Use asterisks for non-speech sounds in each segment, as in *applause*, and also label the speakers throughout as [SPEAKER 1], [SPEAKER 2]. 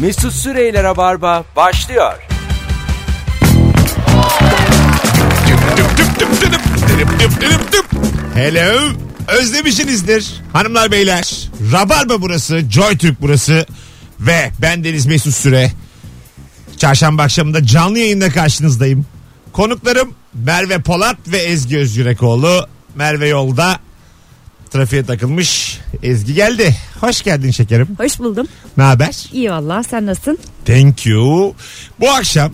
[SPEAKER 1] Mesut Süreyler'e barba başlıyor.
[SPEAKER 2] Hello. Özlemişsinizdir hanımlar beyler. Rabarba burası, Joy Türk burası ve ben Deniz Mesut Süre. Çarşamba akşamında canlı yayında karşınızdayım. Konuklarım Merve Polat ve Ezgi Özgürekoğlu. Merve yolda trafiğe takılmış. Ezgi geldi. Hoş geldin şekerim.
[SPEAKER 3] Hoş buldum.
[SPEAKER 2] Ne haber?
[SPEAKER 3] İyi valla sen nasılsın?
[SPEAKER 2] Thank you. Bu akşam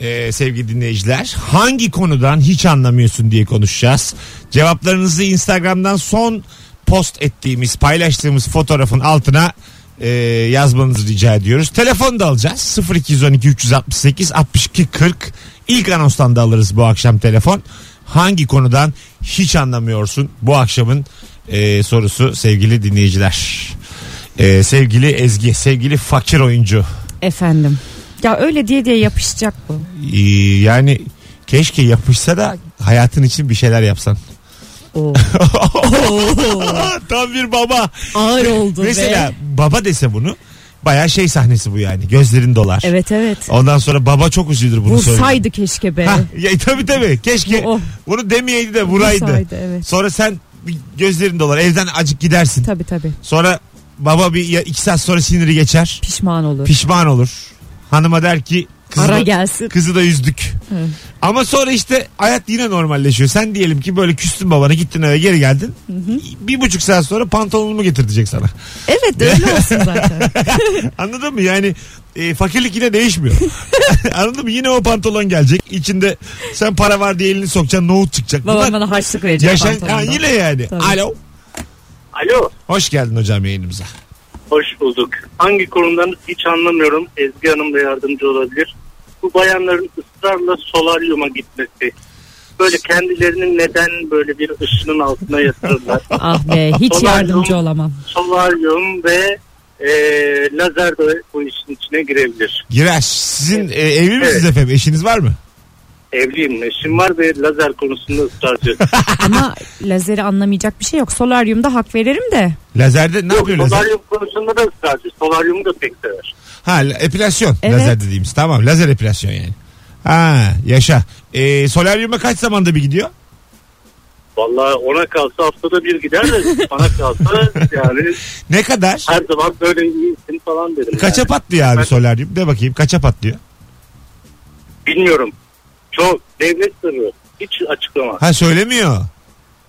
[SPEAKER 2] e, sevgili dinleyiciler hangi konudan hiç anlamıyorsun diye konuşacağız. Cevaplarınızı Instagram'dan son post ettiğimiz paylaştığımız fotoğrafın altına e, yazmanızı rica ediyoruz. Telefon da alacağız 0212 368 62 40 ilk anonstan da alırız bu akşam telefon. Hangi konudan hiç anlamıyorsun bu akşamın e, sorusu sevgili dinleyiciler. E, sevgili Ezgi, sevgili fakir oyuncu.
[SPEAKER 3] Efendim. Ya öyle diye diye yapışacak bu.
[SPEAKER 2] Ee, yani keşke yapışsa da hayatın için bir şeyler yapsan.
[SPEAKER 3] Oo.
[SPEAKER 2] *laughs* Tam bir baba.
[SPEAKER 3] *laughs* Ağır oldu
[SPEAKER 2] Mesela baba dese bunu baya şey sahnesi bu yani. Gözlerin dolar.
[SPEAKER 3] Evet evet.
[SPEAKER 2] Ondan sonra baba çok üzülür bunu söyleyince.
[SPEAKER 3] Vursaydı keşke be.
[SPEAKER 2] Hah, ya, tabii tabii keşke
[SPEAKER 3] Bu o.
[SPEAKER 2] bunu demeyeydi de vuraydı.
[SPEAKER 3] Vursaydı, evet.
[SPEAKER 2] Sonra sen bir gözlerin dolar evden acık gidersin.
[SPEAKER 3] Tabii tabii.
[SPEAKER 2] Sonra baba bir ya, iki saat sonra siniri geçer.
[SPEAKER 3] Pişman olur.
[SPEAKER 2] Pişman olur. Hanıma der ki kızı
[SPEAKER 3] Ara
[SPEAKER 2] da-
[SPEAKER 3] gelsin.
[SPEAKER 2] Kızı da üzdük.
[SPEAKER 3] Evet.
[SPEAKER 2] Ama sonra işte hayat yine normalleşiyor. Sen diyelim ki böyle küstün babana gittin eve geri geldin. Bir buçuk saat sonra pantolonumu getirtecek sana.
[SPEAKER 3] Evet öyle olsun
[SPEAKER 2] *laughs*
[SPEAKER 3] zaten.
[SPEAKER 2] Anladın mı? Yani e, fakirlik yine
[SPEAKER 3] *laughs*
[SPEAKER 2] değişmiyor. Anladın mı? Yine o pantolon gelecek. İçinde sen para var diye elini sokacaksın nohut çıkacak.
[SPEAKER 3] Babam
[SPEAKER 2] Bunlar
[SPEAKER 3] bana harçlık verecek
[SPEAKER 2] yaşan... Ha,
[SPEAKER 3] pantolondan.
[SPEAKER 2] yine yani.
[SPEAKER 3] Tabii.
[SPEAKER 2] Alo.
[SPEAKER 4] Alo,
[SPEAKER 2] Hoş geldin hocam yayınımıza.
[SPEAKER 4] hoş bulduk. Hangi konudan hiç anlamıyorum. Ezgi Hanım da yardımcı olabilir. Bu bayanların ısrarla solaryuma gitmesi. Böyle kendilerini neden böyle bir ışının altına yatırırlar?
[SPEAKER 3] Ah be hiç
[SPEAKER 4] Solaryum.
[SPEAKER 3] yardımcı olamam.
[SPEAKER 4] Solaryum ve e, lazer de bu işin içine girebilir.
[SPEAKER 2] Girer. Sizin e, evli misiniz
[SPEAKER 4] Evet.
[SPEAKER 2] efendim? Eşiniz var mı?
[SPEAKER 4] Evliyim, eşim var ve lazer konusunda ısrarcı.
[SPEAKER 3] Ama lazeri anlamayacak bir şey yok. Solaryumda hak veririm de.
[SPEAKER 2] Lazerde ne
[SPEAKER 4] Yok,
[SPEAKER 2] yapıyor lazer?
[SPEAKER 4] solaryum konusunda da ısrarcı. Solaryumu da pek sever.
[SPEAKER 2] Ha la- epilasyon.
[SPEAKER 3] Evet.
[SPEAKER 2] Lazer dediğimiz. Tamam lazer epilasyon yani. Ha yaşa. Ee, solaryuma kaç zamanda bir gidiyor?
[SPEAKER 4] Vallahi ona kalsa haftada bir gider de bana kalsa yani
[SPEAKER 2] Ne kadar?
[SPEAKER 4] her zaman böyle iyisin falan derim.
[SPEAKER 2] Kaça
[SPEAKER 4] yani.
[SPEAKER 2] patlıyor abi
[SPEAKER 4] Ben-
[SPEAKER 2] solaryum? De bakayım kaça patlıyor?
[SPEAKER 4] Bilmiyorum. Çok devlet sırrı. Hiç açıklama.
[SPEAKER 2] Ha söylemiyor.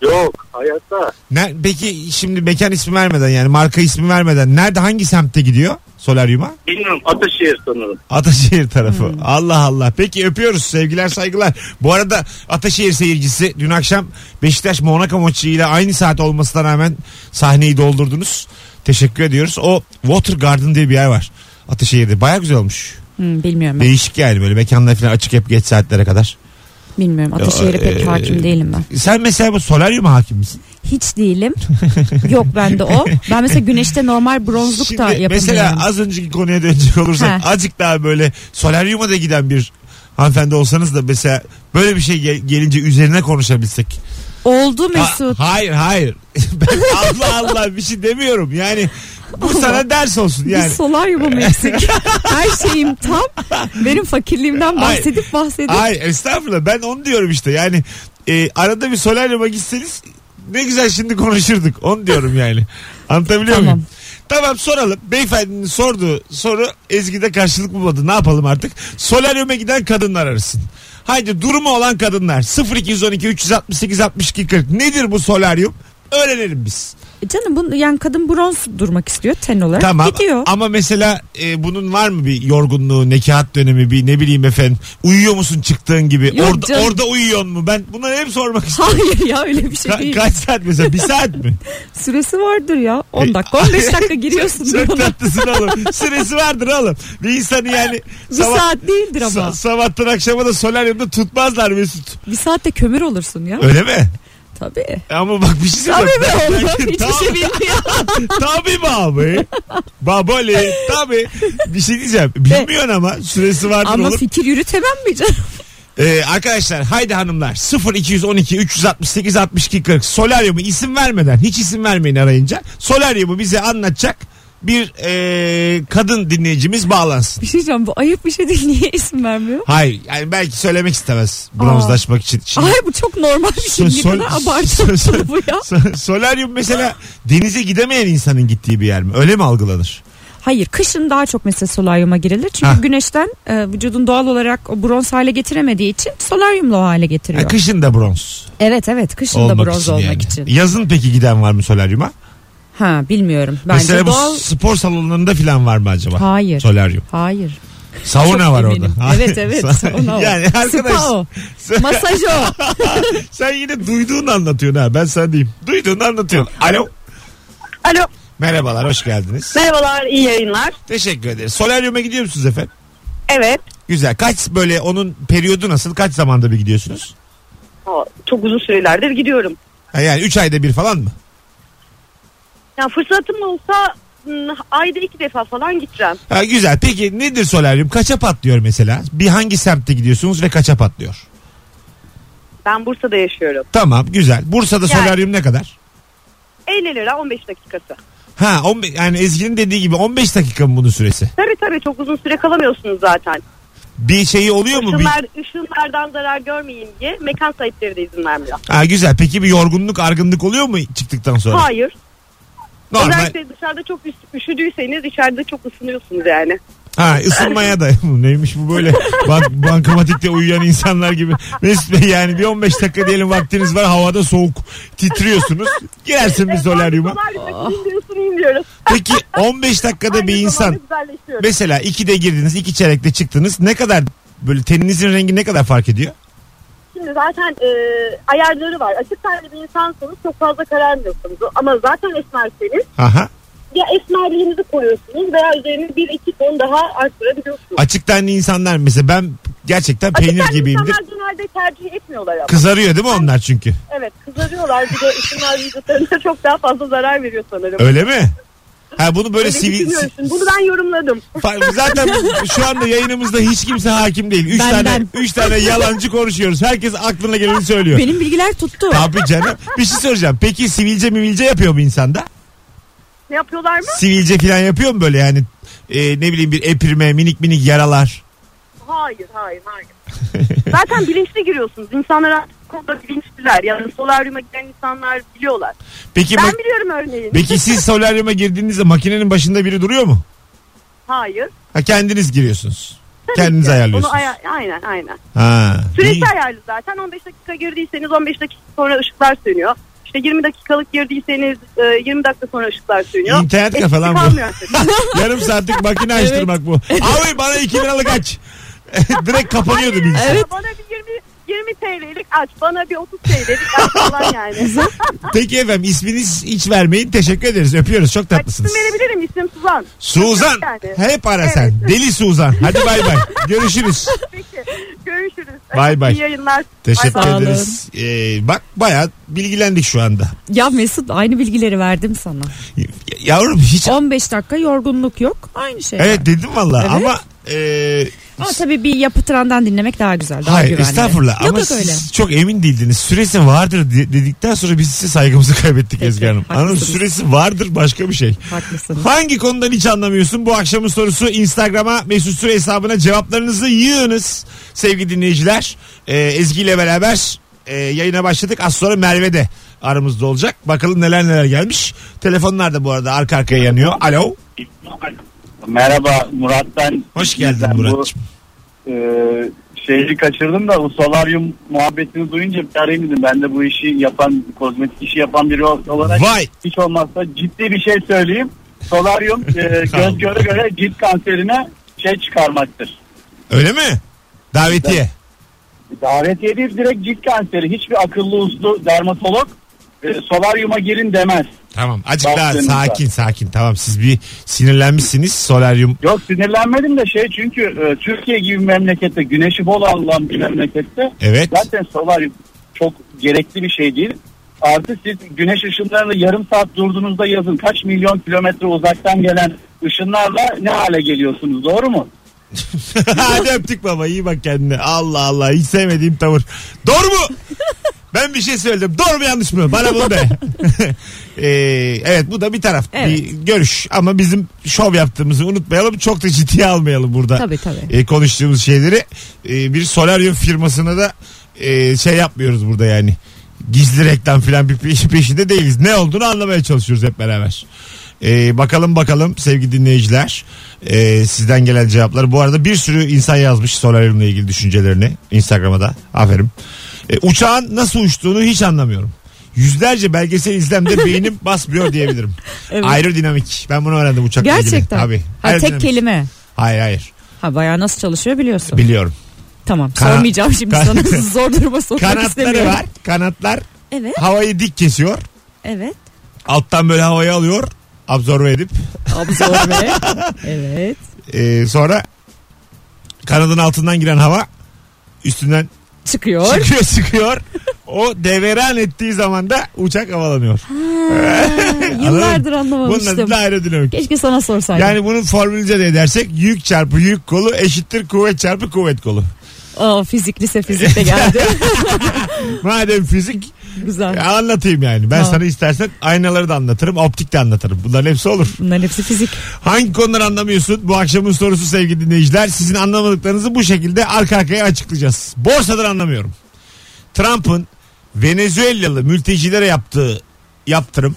[SPEAKER 4] Yok hayatta.
[SPEAKER 2] Ne, peki şimdi mekan ismi vermeden yani marka ismi vermeden nerede hangi semtte gidiyor solaryuma?
[SPEAKER 4] Bilmiyorum Ataşehir sanırım.
[SPEAKER 2] Ataşehir tarafı. Allah Allah. Peki öpüyoruz. Sevgiler saygılar. Bu arada Ataşehir seyircisi dün akşam Beşiktaş Monaco maçıyla aynı saat olmasına rağmen sahneyi doldurdunuz. Teşekkür ediyoruz. O Water Garden diye bir yer var. Ataşehir'de. Baya güzel olmuş.
[SPEAKER 3] Hmm, bilmiyorum ben.
[SPEAKER 2] Değişik yani böyle mekanlar falan açık hep geç saatlere kadar.
[SPEAKER 3] Bilmiyorum. Ataşehir'e pek
[SPEAKER 2] Ee,
[SPEAKER 3] hakim değilim ben.
[SPEAKER 2] Sen mesela bu solaryuma hakim misin?
[SPEAKER 3] Hiç değilim. Yok bende o. Ben mesela güneşte normal bronzluk da
[SPEAKER 2] Şimdi
[SPEAKER 3] yapamıyorum.
[SPEAKER 2] mesela az önceki konuya dönecek olursak
[SPEAKER 3] Ha.
[SPEAKER 2] azıcık daha böyle solaryuma da giden bir hanımefendi olsanız da mesela böyle bir şey gel- gelince üzerine konuşabilsek.
[SPEAKER 3] Oldu
[SPEAKER 2] Ha-
[SPEAKER 3] Mesut.
[SPEAKER 2] hayır hayır. *laughs* Ben Allah Allah bir şey demiyorum. Yani bu
[SPEAKER 3] Allah.
[SPEAKER 2] sana
[SPEAKER 3] *laughs*
[SPEAKER 2] ders olsun
[SPEAKER 3] Bir
[SPEAKER 2] yani. *laughs*
[SPEAKER 3] solaryumum eksik. Her şeyim tam. Benim fakirliğimden
[SPEAKER 2] Ay,
[SPEAKER 3] bahsedip bahsedip.
[SPEAKER 2] Hayır estağfurullah ben onu diyorum işte yani e, arada bir solaryuma gitseniz ne güzel şimdi konuşurduk onu diyorum yani anlatabiliyor
[SPEAKER 3] Tamam.
[SPEAKER 2] muyum? Tamam soralım beyefendinin sorduğu soru Ezgi'de karşılık bulmadı ne yapalım artık solaryuma giden kadınlar arasın. Haydi durumu olan kadınlar 0212 368 62 40 nedir bu solaryum öğrenelim biz.
[SPEAKER 3] E Canım bu, yani kadın bronz durmak istiyor ten olarak.
[SPEAKER 2] Tamam.
[SPEAKER 3] Gidiyor.
[SPEAKER 2] Ama mesela e, bunun var mı bir yorgunluğu, nekahat dönemi, bir ne bileyim efendim uyuyor musun çıktığın gibi?
[SPEAKER 3] Yok
[SPEAKER 2] orada,
[SPEAKER 3] canım.
[SPEAKER 2] orada uyuyor mu? Ben bunları hep sormak istiyorum.
[SPEAKER 3] *laughs* Hayır ya öyle bir şey
[SPEAKER 2] Ka-
[SPEAKER 3] değil.
[SPEAKER 2] kaç saat mesela? Bir saat
[SPEAKER 3] *laughs*
[SPEAKER 2] mi?
[SPEAKER 3] Süresi vardır ya. 10 dakika
[SPEAKER 2] *laughs*
[SPEAKER 3] 15 dakika giriyorsun.
[SPEAKER 2] Çok
[SPEAKER 3] buna.
[SPEAKER 2] tatlısın oğlum. Süresi vardır oğlum. Bir insanı yani
[SPEAKER 3] bir saat değildir ama.
[SPEAKER 2] sa- sabahtan akşama da solaryumda tutmazlar Mesut.
[SPEAKER 3] bir saatte kömür olursun ya.
[SPEAKER 2] Öyle mi?
[SPEAKER 3] Tabii.
[SPEAKER 2] Ama bak bir şey
[SPEAKER 3] Tabii
[SPEAKER 2] söyleyeyim.
[SPEAKER 3] be oğlum.
[SPEAKER 2] Tamam.
[SPEAKER 3] Hiçbir şey bilmiyor.
[SPEAKER 2] Tabii abi. Babali. Tabii. Bir şey diyeceğim. Bilmiyorsun ama süresi vardır
[SPEAKER 3] Ama
[SPEAKER 2] oğlum.
[SPEAKER 3] fikir yürütemem mi canım?
[SPEAKER 2] Ee, arkadaşlar haydi hanımlar 0 212 368 62 40 solaryumu isim vermeden hiç isim vermeyin arayınca solaryumu bize anlatacak bir e, kadın dinleyicimiz bağlansın.
[SPEAKER 3] Bir şey diyeceğim bu ayıp bir şey değil. *laughs* Niye isim vermiyor?
[SPEAKER 2] Hayır yani belki söylemek istemez bronzlaşmak için. Şimdi-
[SPEAKER 3] *laughs* Ay bu çok normal bir şey.
[SPEAKER 2] Sol-
[SPEAKER 3] Ne kadar abartılı
[SPEAKER 2] sol-
[SPEAKER 3] bu ya.
[SPEAKER 2] Sol- Solaryum mesela denize gidemeyen insanın gittiği bir yer mi? Öyle mi algılanır?
[SPEAKER 3] Hayır kışın daha çok mesela solaryuma girilir. Çünkü
[SPEAKER 2] Ha.
[SPEAKER 3] güneşten e, vücudun doğal olarak o bronz hale getiremediği için solaryumla o hale getiriyor.
[SPEAKER 2] Ha, kışın da bronz
[SPEAKER 3] evet evet kışın da
[SPEAKER 2] olmak
[SPEAKER 3] bronz
[SPEAKER 2] için
[SPEAKER 3] E, olmak
[SPEAKER 2] yani.
[SPEAKER 3] için.
[SPEAKER 2] Yazın peki giden var mı solaryuma?
[SPEAKER 3] Ha bilmiyorum. Bence
[SPEAKER 2] mesela bu
[SPEAKER 3] doğal...
[SPEAKER 2] spor salonlarında falan var mı acaba?
[SPEAKER 3] Hayır.
[SPEAKER 2] Solaryum.
[SPEAKER 3] Hayır.
[SPEAKER 2] Sauna
[SPEAKER 3] Çok
[SPEAKER 2] var *laughs*
[SPEAKER 3] eminim.
[SPEAKER 2] orada.
[SPEAKER 3] Evet, evet, sauna o.
[SPEAKER 2] Yani arkadaş
[SPEAKER 3] Spa o.
[SPEAKER 2] sen,
[SPEAKER 3] Masaj *laughs* o.
[SPEAKER 2] sen yine duyduğunu anlatıyorsun ha ben sana diyeyim. Duyduğunu anlatıyorsun. Alo.
[SPEAKER 5] Alo.
[SPEAKER 2] Merhabalar hoş geldiniz.
[SPEAKER 5] Merhabalar, iyi yayınlar.
[SPEAKER 2] Teşekkür ederiz. Solaryuma gidiyor musunuz efendim?
[SPEAKER 5] Evet.
[SPEAKER 2] Güzel. Kaç böyle onun periyodu nasıl? Kaç zamanda bir gidiyorsunuz?
[SPEAKER 5] o- Çok uzun sürelerdir gidiyorum.
[SPEAKER 2] Ha, yani 3 ayda bir falan mı?
[SPEAKER 5] Ya fırsatım olsa m, ayda iki defa falan gideceğim.
[SPEAKER 2] Ha, güzel. Peki nedir solaryum? Kaça patlıyor mesela? Bir hangi semtte gidiyorsunuz ve kaça patlıyor?
[SPEAKER 5] Ben Bursa'da yaşıyorum.
[SPEAKER 2] Tamam güzel. Bursa'da
[SPEAKER 5] Yani-
[SPEAKER 2] solaryum ne kadar?
[SPEAKER 5] 50 lira 15 dakikası.
[SPEAKER 2] Ha 15 yani Ezgi'nin dediği gibi 15 dakika mı bunun süresi?
[SPEAKER 5] Tabii tabii çok uzun süre kalamıyorsunuz zaten.
[SPEAKER 2] Bir şeyi oluyor mu? Bir...
[SPEAKER 5] Işınlar, ışınlardan zarar görmeyeyim diye mekan sahipleri de izin vermiyor.
[SPEAKER 2] Ha, güzel. Peki bir yorgunluk, argınlık oluyor mu çıktıktan sonra?
[SPEAKER 5] Hayır.
[SPEAKER 2] Normal.
[SPEAKER 5] Özellikle dışarıda çok üs- üşüdüyseniz içeride çok ısınıyorsunuz yani.
[SPEAKER 2] Ha ısınmaya da. *laughs* Bu Neymiş bu böyle? Bank, bankamatikte uyuyan insanlar gibi. Mesut Bey yani bir 15 dakika diyelim vaktiniz var. Havada soğuk. Titriyorsunuz. Girersin bir solaryuma.
[SPEAKER 5] Solaryuma ısınayım diyoruz.
[SPEAKER 2] Peki 15 dakikada
[SPEAKER 5] Aynı
[SPEAKER 2] bir
[SPEAKER 5] zamanda
[SPEAKER 2] insan
[SPEAKER 5] güzelleşiyoruz.
[SPEAKER 2] Mesela 2'de girdiniz, 2 çeyrekte çıktınız. Ne kadar böyle teninizin rengi ne kadar fark ediyor?
[SPEAKER 5] Şimdi zaten e, ayarları var. Açık tenli bir insansanız çok fazla kararmıyorsunuz. Ama zaten esmerseniz
[SPEAKER 2] Aha.
[SPEAKER 5] ya esmerliğinizi koruyorsunuz veya üzerine bir iki ton daha arttırabiliyorsunuz.
[SPEAKER 2] Açık tenli insanlar mesela ben gerçekten
[SPEAKER 5] Açık
[SPEAKER 2] peynir
[SPEAKER 5] tenli
[SPEAKER 2] gibiyimdir.
[SPEAKER 5] insanlar genelde tercih etmiyorlar ama.
[SPEAKER 2] Kızarıyor değil mi onlar çünkü?
[SPEAKER 5] Evet kızarıyorlar bir de ışınlar vücutlarına çok daha fazla zarar veriyor sanırım.
[SPEAKER 2] Öyle mi? Ha bunu böyle
[SPEAKER 5] Öyle
[SPEAKER 2] sivil
[SPEAKER 5] düşünüyorum şimdi. Bunu ben yorumladım.
[SPEAKER 2] Fa- zaten şu anda yayınımızda hiç kimse hakim değil. 3
[SPEAKER 3] Ben,
[SPEAKER 2] tane
[SPEAKER 3] ben.
[SPEAKER 2] üç tane yalancı konuşuyoruz. Herkes aklına geleni söylüyor.
[SPEAKER 3] Benim bilgiler tuttu.
[SPEAKER 2] Abi canım bir şey soracağım. Peki sivilce mivilce yapıyor mu insanda?
[SPEAKER 5] Ne yapıyorlar mı?
[SPEAKER 2] Sivilce falan yapıyor mu böyle yani e, ne bileyim bir epirme minik minik yaralar?
[SPEAKER 5] Hayır hayır hayır. Zaten bilinçli giriyorsunuz. İnsanlar artık bu konuda bilinçliler. Yani solaryuma giden insanlar biliyorlar.
[SPEAKER 2] Peki
[SPEAKER 5] Ben
[SPEAKER 2] bak-
[SPEAKER 5] biliyorum örneğin.
[SPEAKER 2] Peki siz solaryuma girdiğinizde makinenin başında biri duruyor mu?
[SPEAKER 5] Hayır.
[SPEAKER 2] Ha kendiniz giriyorsunuz.
[SPEAKER 5] Tabii
[SPEAKER 2] kendiniz
[SPEAKER 5] ki.
[SPEAKER 2] ayarlıyorsunuz.
[SPEAKER 5] Onu aya- aynen aynen.
[SPEAKER 2] ha.
[SPEAKER 5] Süresi
[SPEAKER 2] iyi.
[SPEAKER 5] ayarlı zaten. 15 dakika girdiyseniz 15 dakika sonra ışıklar sönüyor. İşte 20 dakikalık girdiyseniz e, 20 dakika sonra ışıklar sönüyor.
[SPEAKER 2] İnternet
[SPEAKER 5] Etkisi
[SPEAKER 2] kafalan bu. *laughs*
[SPEAKER 5] kalmıyor artık.
[SPEAKER 2] Yarım saatlik makine açtırmak bu. Abi bana 2 liralık aç. *laughs* Direkt kapanıyordu bilgisayar.
[SPEAKER 5] Bana bir 20 20 TL'lik aç. Bana bir 30 TL'lik aç
[SPEAKER 2] *laughs*
[SPEAKER 5] falan yani.
[SPEAKER 2] Peki efendim isminiz hiç vermeyin. Teşekkür ederiz. Öpüyoruz. Çok
[SPEAKER 5] İsim
[SPEAKER 2] tatlısınız.
[SPEAKER 5] verebilirim. İsim Suzan.
[SPEAKER 2] Suzan.
[SPEAKER 5] Yani.
[SPEAKER 2] Hep ara sen. Deli Suzan. Hadi bay bay. Görüşürüz.
[SPEAKER 5] Peki. Görüşürüz.
[SPEAKER 2] Bay bay.
[SPEAKER 5] İyi yayınlar.
[SPEAKER 2] Teşekkür
[SPEAKER 3] Ay, sağ olun.
[SPEAKER 2] ederiz. Ee, bak bayağı bilgilendik şu anda.
[SPEAKER 3] Ya Mesut aynı bilgileri verdim sana.
[SPEAKER 2] Yavrum hiç...
[SPEAKER 3] 15 dakika yorgunluk yok. Aynı şey.
[SPEAKER 2] Evet dedim valla
[SPEAKER 3] Evet.
[SPEAKER 2] ama... E,
[SPEAKER 3] Ama tabii bir yapı trandan dinlemek daha güzel. Daha
[SPEAKER 2] Hayır
[SPEAKER 3] güvenli.
[SPEAKER 2] estağfurullah
[SPEAKER 3] Yok
[SPEAKER 2] ama
[SPEAKER 3] yok öyle.
[SPEAKER 2] siz çok emin değildiniz. Süresi vardır de- dedikten sonra biz size saygımızı *laughs* kaybettik
[SPEAKER 3] Peki,
[SPEAKER 2] Ezgi Hanım.
[SPEAKER 3] haklısınız.
[SPEAKER 2] Hanım süresi vardır başka bir şey.
[SPEAKER 3] Haklısınız.
[SPEAKER 2] Hangi konudan hiç anlamıyorsun? Bu akşamın sorusu Instagram'a Mesut Süre hesabına cevaplarınızı yığınız sevgili dinleyiciler. Ee, Ezgi ile beraber e, yayına başladık. Az sonra Merve de aramızda olacak. Bakalım neler neler gelmiş. Telefonlar da bu arada arka arkaya yanıyor. Alo.
[SPEAKER 6] Merhaba Murat ben.
[SPEAKER 2] Hoş geldin
[SPEAKER 6] ben
[SPEAKER 2] Murat'cığım.
[SPEAKER 6] Bu, e, şeyi kaçırdım da bu solaryum muhabbetini duyunca bir arayayım dedim. Ben de bu işi yapan, kozmetik işi yapan biri olarak
[SPEAKER 2] Vay.
[SPEAKER 6] hiç olmazsa ciddi bir şey söyleyeyim. Solaryum e,
[SPEAKER 2] *laughs* Tamam.
[SPEAKER 6] göz göre göre cilt kanserine şey çıkarmaktır.
[SPEAKER 2] Öyle mi? Davetiye.
[SPEAKER 6] Davetiye değil direkt cilt kanseri. Hiçbir akıllı uslu dermatolog e, solaryuma girin demez.
[SPEAKER 2] Tamam azıcık daha
[SPEAKER 6] Baktığınızda.
[SPEAKER 2] sakin sakin tamam siz bir sinirlenmişsiniz solaryum
[SPEAKER 6] Yok sinirlenmedim de şey çünkü e, Türkiye gibi bir memlekette güneşi bol alınan bir memlekette
[SPEAKER 2] Evet. *laughs*
[SPEAKER 6] zaten solar çok gerekli bir şey değil. Artı siz güneş ışınlarını yarım saat durduğunuzda yazın kaç milyon kilometre uzaktan gelen ışınlarla ne hale geliyorsunuz doğru mu?
[SPEAKER 2] Hadi öptük baba iyi bak kendine. Allah Allah hiç sevmediğim tavır. Doğru mu? Ben bir şey söyledim. Doğru mu yanlış mı? Bana bunu de. Ee, evet bu da bir taraf.
[SPEAKER 3] Evet.
[SPEAKER 2] Bir görüş. Ama bizim şov yaptığımızı unutmayalım. Çok da ciddiye almayalım burada.
[SPEAKER 3] Tabii, tabii.
[SPEAKER 2] Ee, konuştuğumuz şeyleri. Ee, bir solaryum firmasına da e, şey yapmıyoruz burada yani. Gizli reklam filan bir peş- peşinde değiliz. Ne olduğunu anlamaya çalışıyoruz hep beraber. Ee, bakalım bakalım sevgili dinleyiciler Ee, sizden gelen cevaplar. Bu arada bir sürü insan yazmış solaryumla ilgili düşüncelerini Instagram'a da. Aferin. Ee, uçağın nasıl uçtuğunu hiç anlamıyorum. Yüzlerce belgesel izlemde
[SPEAKER 3] *laughs*
[SPEAKER 2] beynim basmıyor diyebilirim.
[SPEAKER 3] Evet.
[SPEAKER 2] Aerodinamik. Ben bunu öğrendim uçakla ilgili.
[SPEAKER 3] Gerçekten.
[SPEAKER 2] Tabii.
[SPEAKER 3] Ha, tek
[SPEAKER 2] Aerodinamik.
[SPEAKER 3] kelime.
[SPEAKER 2] Hayır hayır.
[SPEAKER 3] Ha bayağı nasıl çalışıyor biliyorsun.
[SPEAKER 2] Biliyorum.
[SPEAKER 3] tamam
[SPEAKER 2] Kana-
[SPEAKER 3] sormayacağım şimdi
[SPEAKER 2] Kana-
[SPEAKER 3] sana zor duruma sokmak
[SPEAKER 2] Kanatları
[SPEAKER 3] istemiyorum.
[SPEAKER 2] var. Kanatlar
[SPEAKER 3] Evet
[SPEAKER 2] havayı dik kesiyor.
[SPEAKER 3] evet.
[SPEAKER 2] Alttan böyle havayı alıyor. Absorbe edip.
[SPEAKER 3] Absorbe. evet.
[SPEAKER 2] Ee, sonra kanadın altından giren hava üstünden
[SPEAKER 3] Çıkıyor.
[SPEAKER 2] çıkıyor çıkıyor. O deveran ettiği zaman da uçak havalanıyor. Bunun
[SPEAKER 3] Yıllardır
[SPEAKER 2] adı
[SPEAKER 3] anlamamıştım.
[SPEAKER 2] da aerodinamik.
[SPEAKER 3] Keşke sana sorsaydım.
[SPEAKER 2] Yani bunun formülüze de edersek yük çarpı yük kolu eşittir kuvvet çarpı kuvvet kolu.
[SPEAKER 3] Aa, fizik lise fizikte geldi. *laughs*
[SPEAKER 2] Madem fizik e,
[SPEAKER 3] Güzel.
[SPEAKER 2] anlatayım yani. Ben
[SPEAKER 3] Tamam.
[SPEAKER 2] sana istersen aynaları da anlatırım, optik de anlatırım. Bunların hepsi olur.
[SPEAKER 3] Bunların hepsi fizik.
[SPEAKER 2] Hangi konuları anlamıyorsun? Bu akşamın sorusu sevgili dinleyiciler. Sizin anlamadıklarınızı bu şekilde arka arkaya açıklayacağız. Borsadan anlamıyorum. Trump'ın Venezuelalı mültecilere yaptığı yaptırım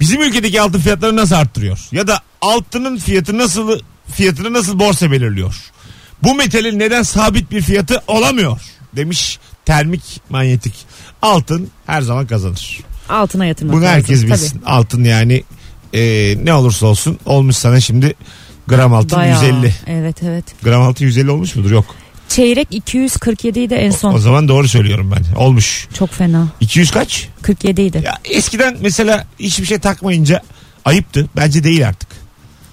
[SPEAKER 2] bizim ülkedeki altın fiyatları nasıl arttırıyor? Ya da altının fiyatı nasıl fiyatını nasıl borsa belirliyor? Bu metalin neden sabit bir fiyatı olamıyor? Demiş termik manyetik. Altın her zaman kazanır.
[SPEAKER 3] Altına yatırmak
[SPEAKER 2] Bunu
[SPEAKER 3] lazım.
[SPEAKER 2] herkes
[SPEAKER 3] Tabii.
[SPEAKER 2] bilsin. Altın yani e, ne olursa olsun olmuş sana şimdi gram altın
[SPEAKER 3] Bayağı.
[SPEAKER 2] 150.
[SPEAKER 3] Evet evet.
[SPEAKER 2] Gram altın 150 olmuş mudur? Yok.
[SPEAKER 3] Çeyrek 247 idi en son.
[SPEAKER 2] O zaman doğru söylüyorum ben. Olmuş.
[SPEAKER 3] Çok fena.
[SPEAKER 2] 200 kaç?
[SPEAKER 3] 47 idi.
[SPEAKER 2] Ya eskiden mesela hiçbir şey takmayınca ayıptı. Bence değil artık.